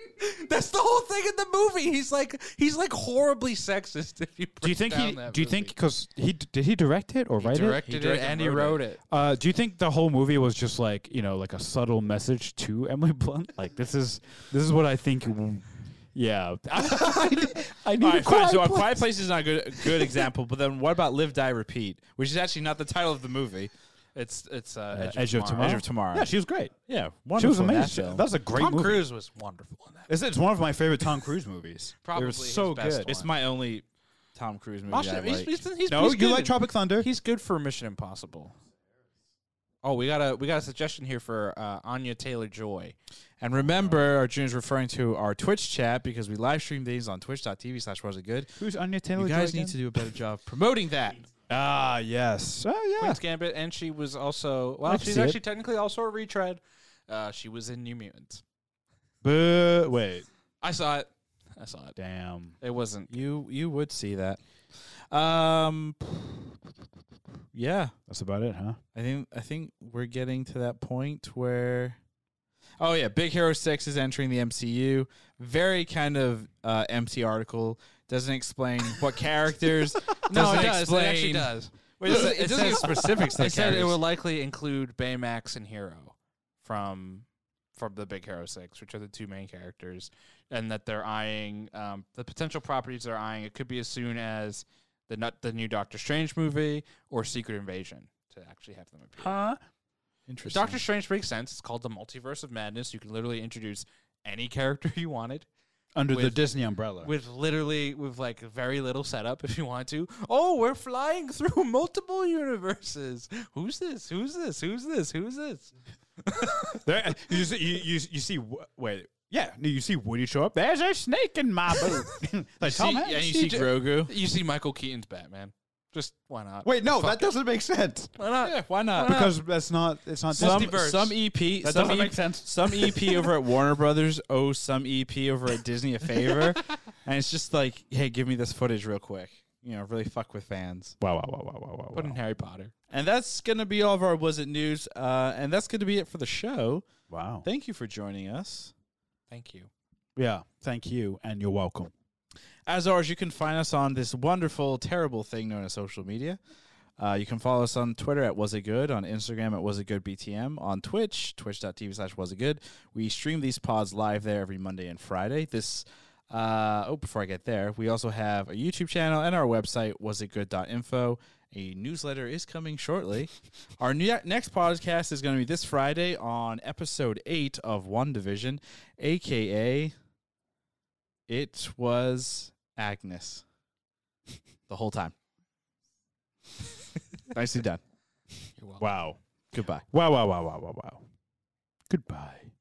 That's the whole thing in the movie. He's like he's like horribly sexist. If you Do you think he? Do you think because he d- did he direct it or write it? directed, directed it and and he wrote wrote it? Uh, do you think the whole movie was just like you know like a subtle message to *laughs* Emily Blunt? Like this is this is what I think. w- Yeah, *laughs* I, need- I need All a right, fine. quiet So a place. Quiet Place is not a good good example, but then what about Live Die Repeat, which is actually not the title of the movie. It's it's uh, Edge Edge of of Tomorrow. Edge of Tomorrow. Yeah, she was great. yeah, She was in that amazing. film. That was a great Tom movie. Cruise was wonderful in that. It's, it's one of my favorite Tom Cruise movies. *laughs* Probably was so his best good. One. It's my only Tom Cruise movie. I he's, like. he's, he's, no, he's you good like in- Tropic Thunder? He's good for Mission Impossible. Oh, we got a we got a suggestion here for uh, Anya Taylor Joy. And remember, our Junior's referring to our Twitch chat because we live stream these on twitch.tv slash was it good. Who's Anya Taylor? You guys need to do a better job promoting that. Ah, yes. Oh, yeah. Queen's Gambit, and she was also well, I can she's see it. actually technically also a retread. Uh, she was in New Mutants. Boo. Wait. I saw it. I saw it. Damn. It wasn't. You you would see that. Um Yeah. That's about it, huh? I think I think we're getting to that point where Oh yeah, Big Hero 6 is entering the MCU. Very kind of uh, empty article. Doesn't explain what characters. *laughs* doesn't Explain, does. Wait, it doesn't- it doesn't give *laughs* specifics to the *laughs* It said it characters. will likely include Baymax and Hero from from the Big Hero Six, which are the two main characters, and that they're eyeing um, the potential properties they're eyeing. It could be as soon as the not the new Doctor Strange movie or Secret Invasion to actually have them appear. Huh? Interesting. Doctor Strange makes sense. It's called the Multiverse of Madness. You can literally introduce any character *laughs* you wanted Under the With- Disney umbrella. with literally with like very little setup if you want to. Oh, we're flying through *laughs* multiple universes. Who's this? Who's this? Who's this? Who's this? There, you, see, you, you, you see, Wo- wait, yeah, no, you see Woody show up. There's a snake in my *laughs* boot. like, See, Tom and Hanks. you he see ju- Grogu. You see Michael Keaton's Batman. Just why not? wait, no, that doesn't make sense. why not? Yeah, why not? Because that's not, it's not some Disney. birds. some EP E That some doesn't E- make sense. Some *laughs* EP over at Warner Brothers owes some EP over at Disney a favor, *laughs* and it's just like, hey, give me this footage real quick. You know, really fuck with fans. Wow, wow, wow, wow, wow, wow, Put in wow. Harry Potter. And that's gonna be all of our was it news, uh, and that's gonna be it for the show. Wow. Thank you for joining us. Thank you. Yeah, thank you, and you're welcome. As always, you can find us on this wonderful, terrible thing known as social media. Uh, you can follow us on Twitter at Was It Good, on Instagram at Was It Good BTM, on Twitch, twitch.tv slash Was It Good. We stream these pods live there every Monday and Friday. This, uh, oh, before I get there, we also have a YouTube channel and our website, wasitgood.info. A newsletter is coming shortly. Our ne- next podcast is going to be this Friday on episode 8 of One Division, aka it was Agnes the whole time. Nicely done. You're welcome. Wow. Goodbye. Wow, wow, wow, wow, wow, wow. Goodbye.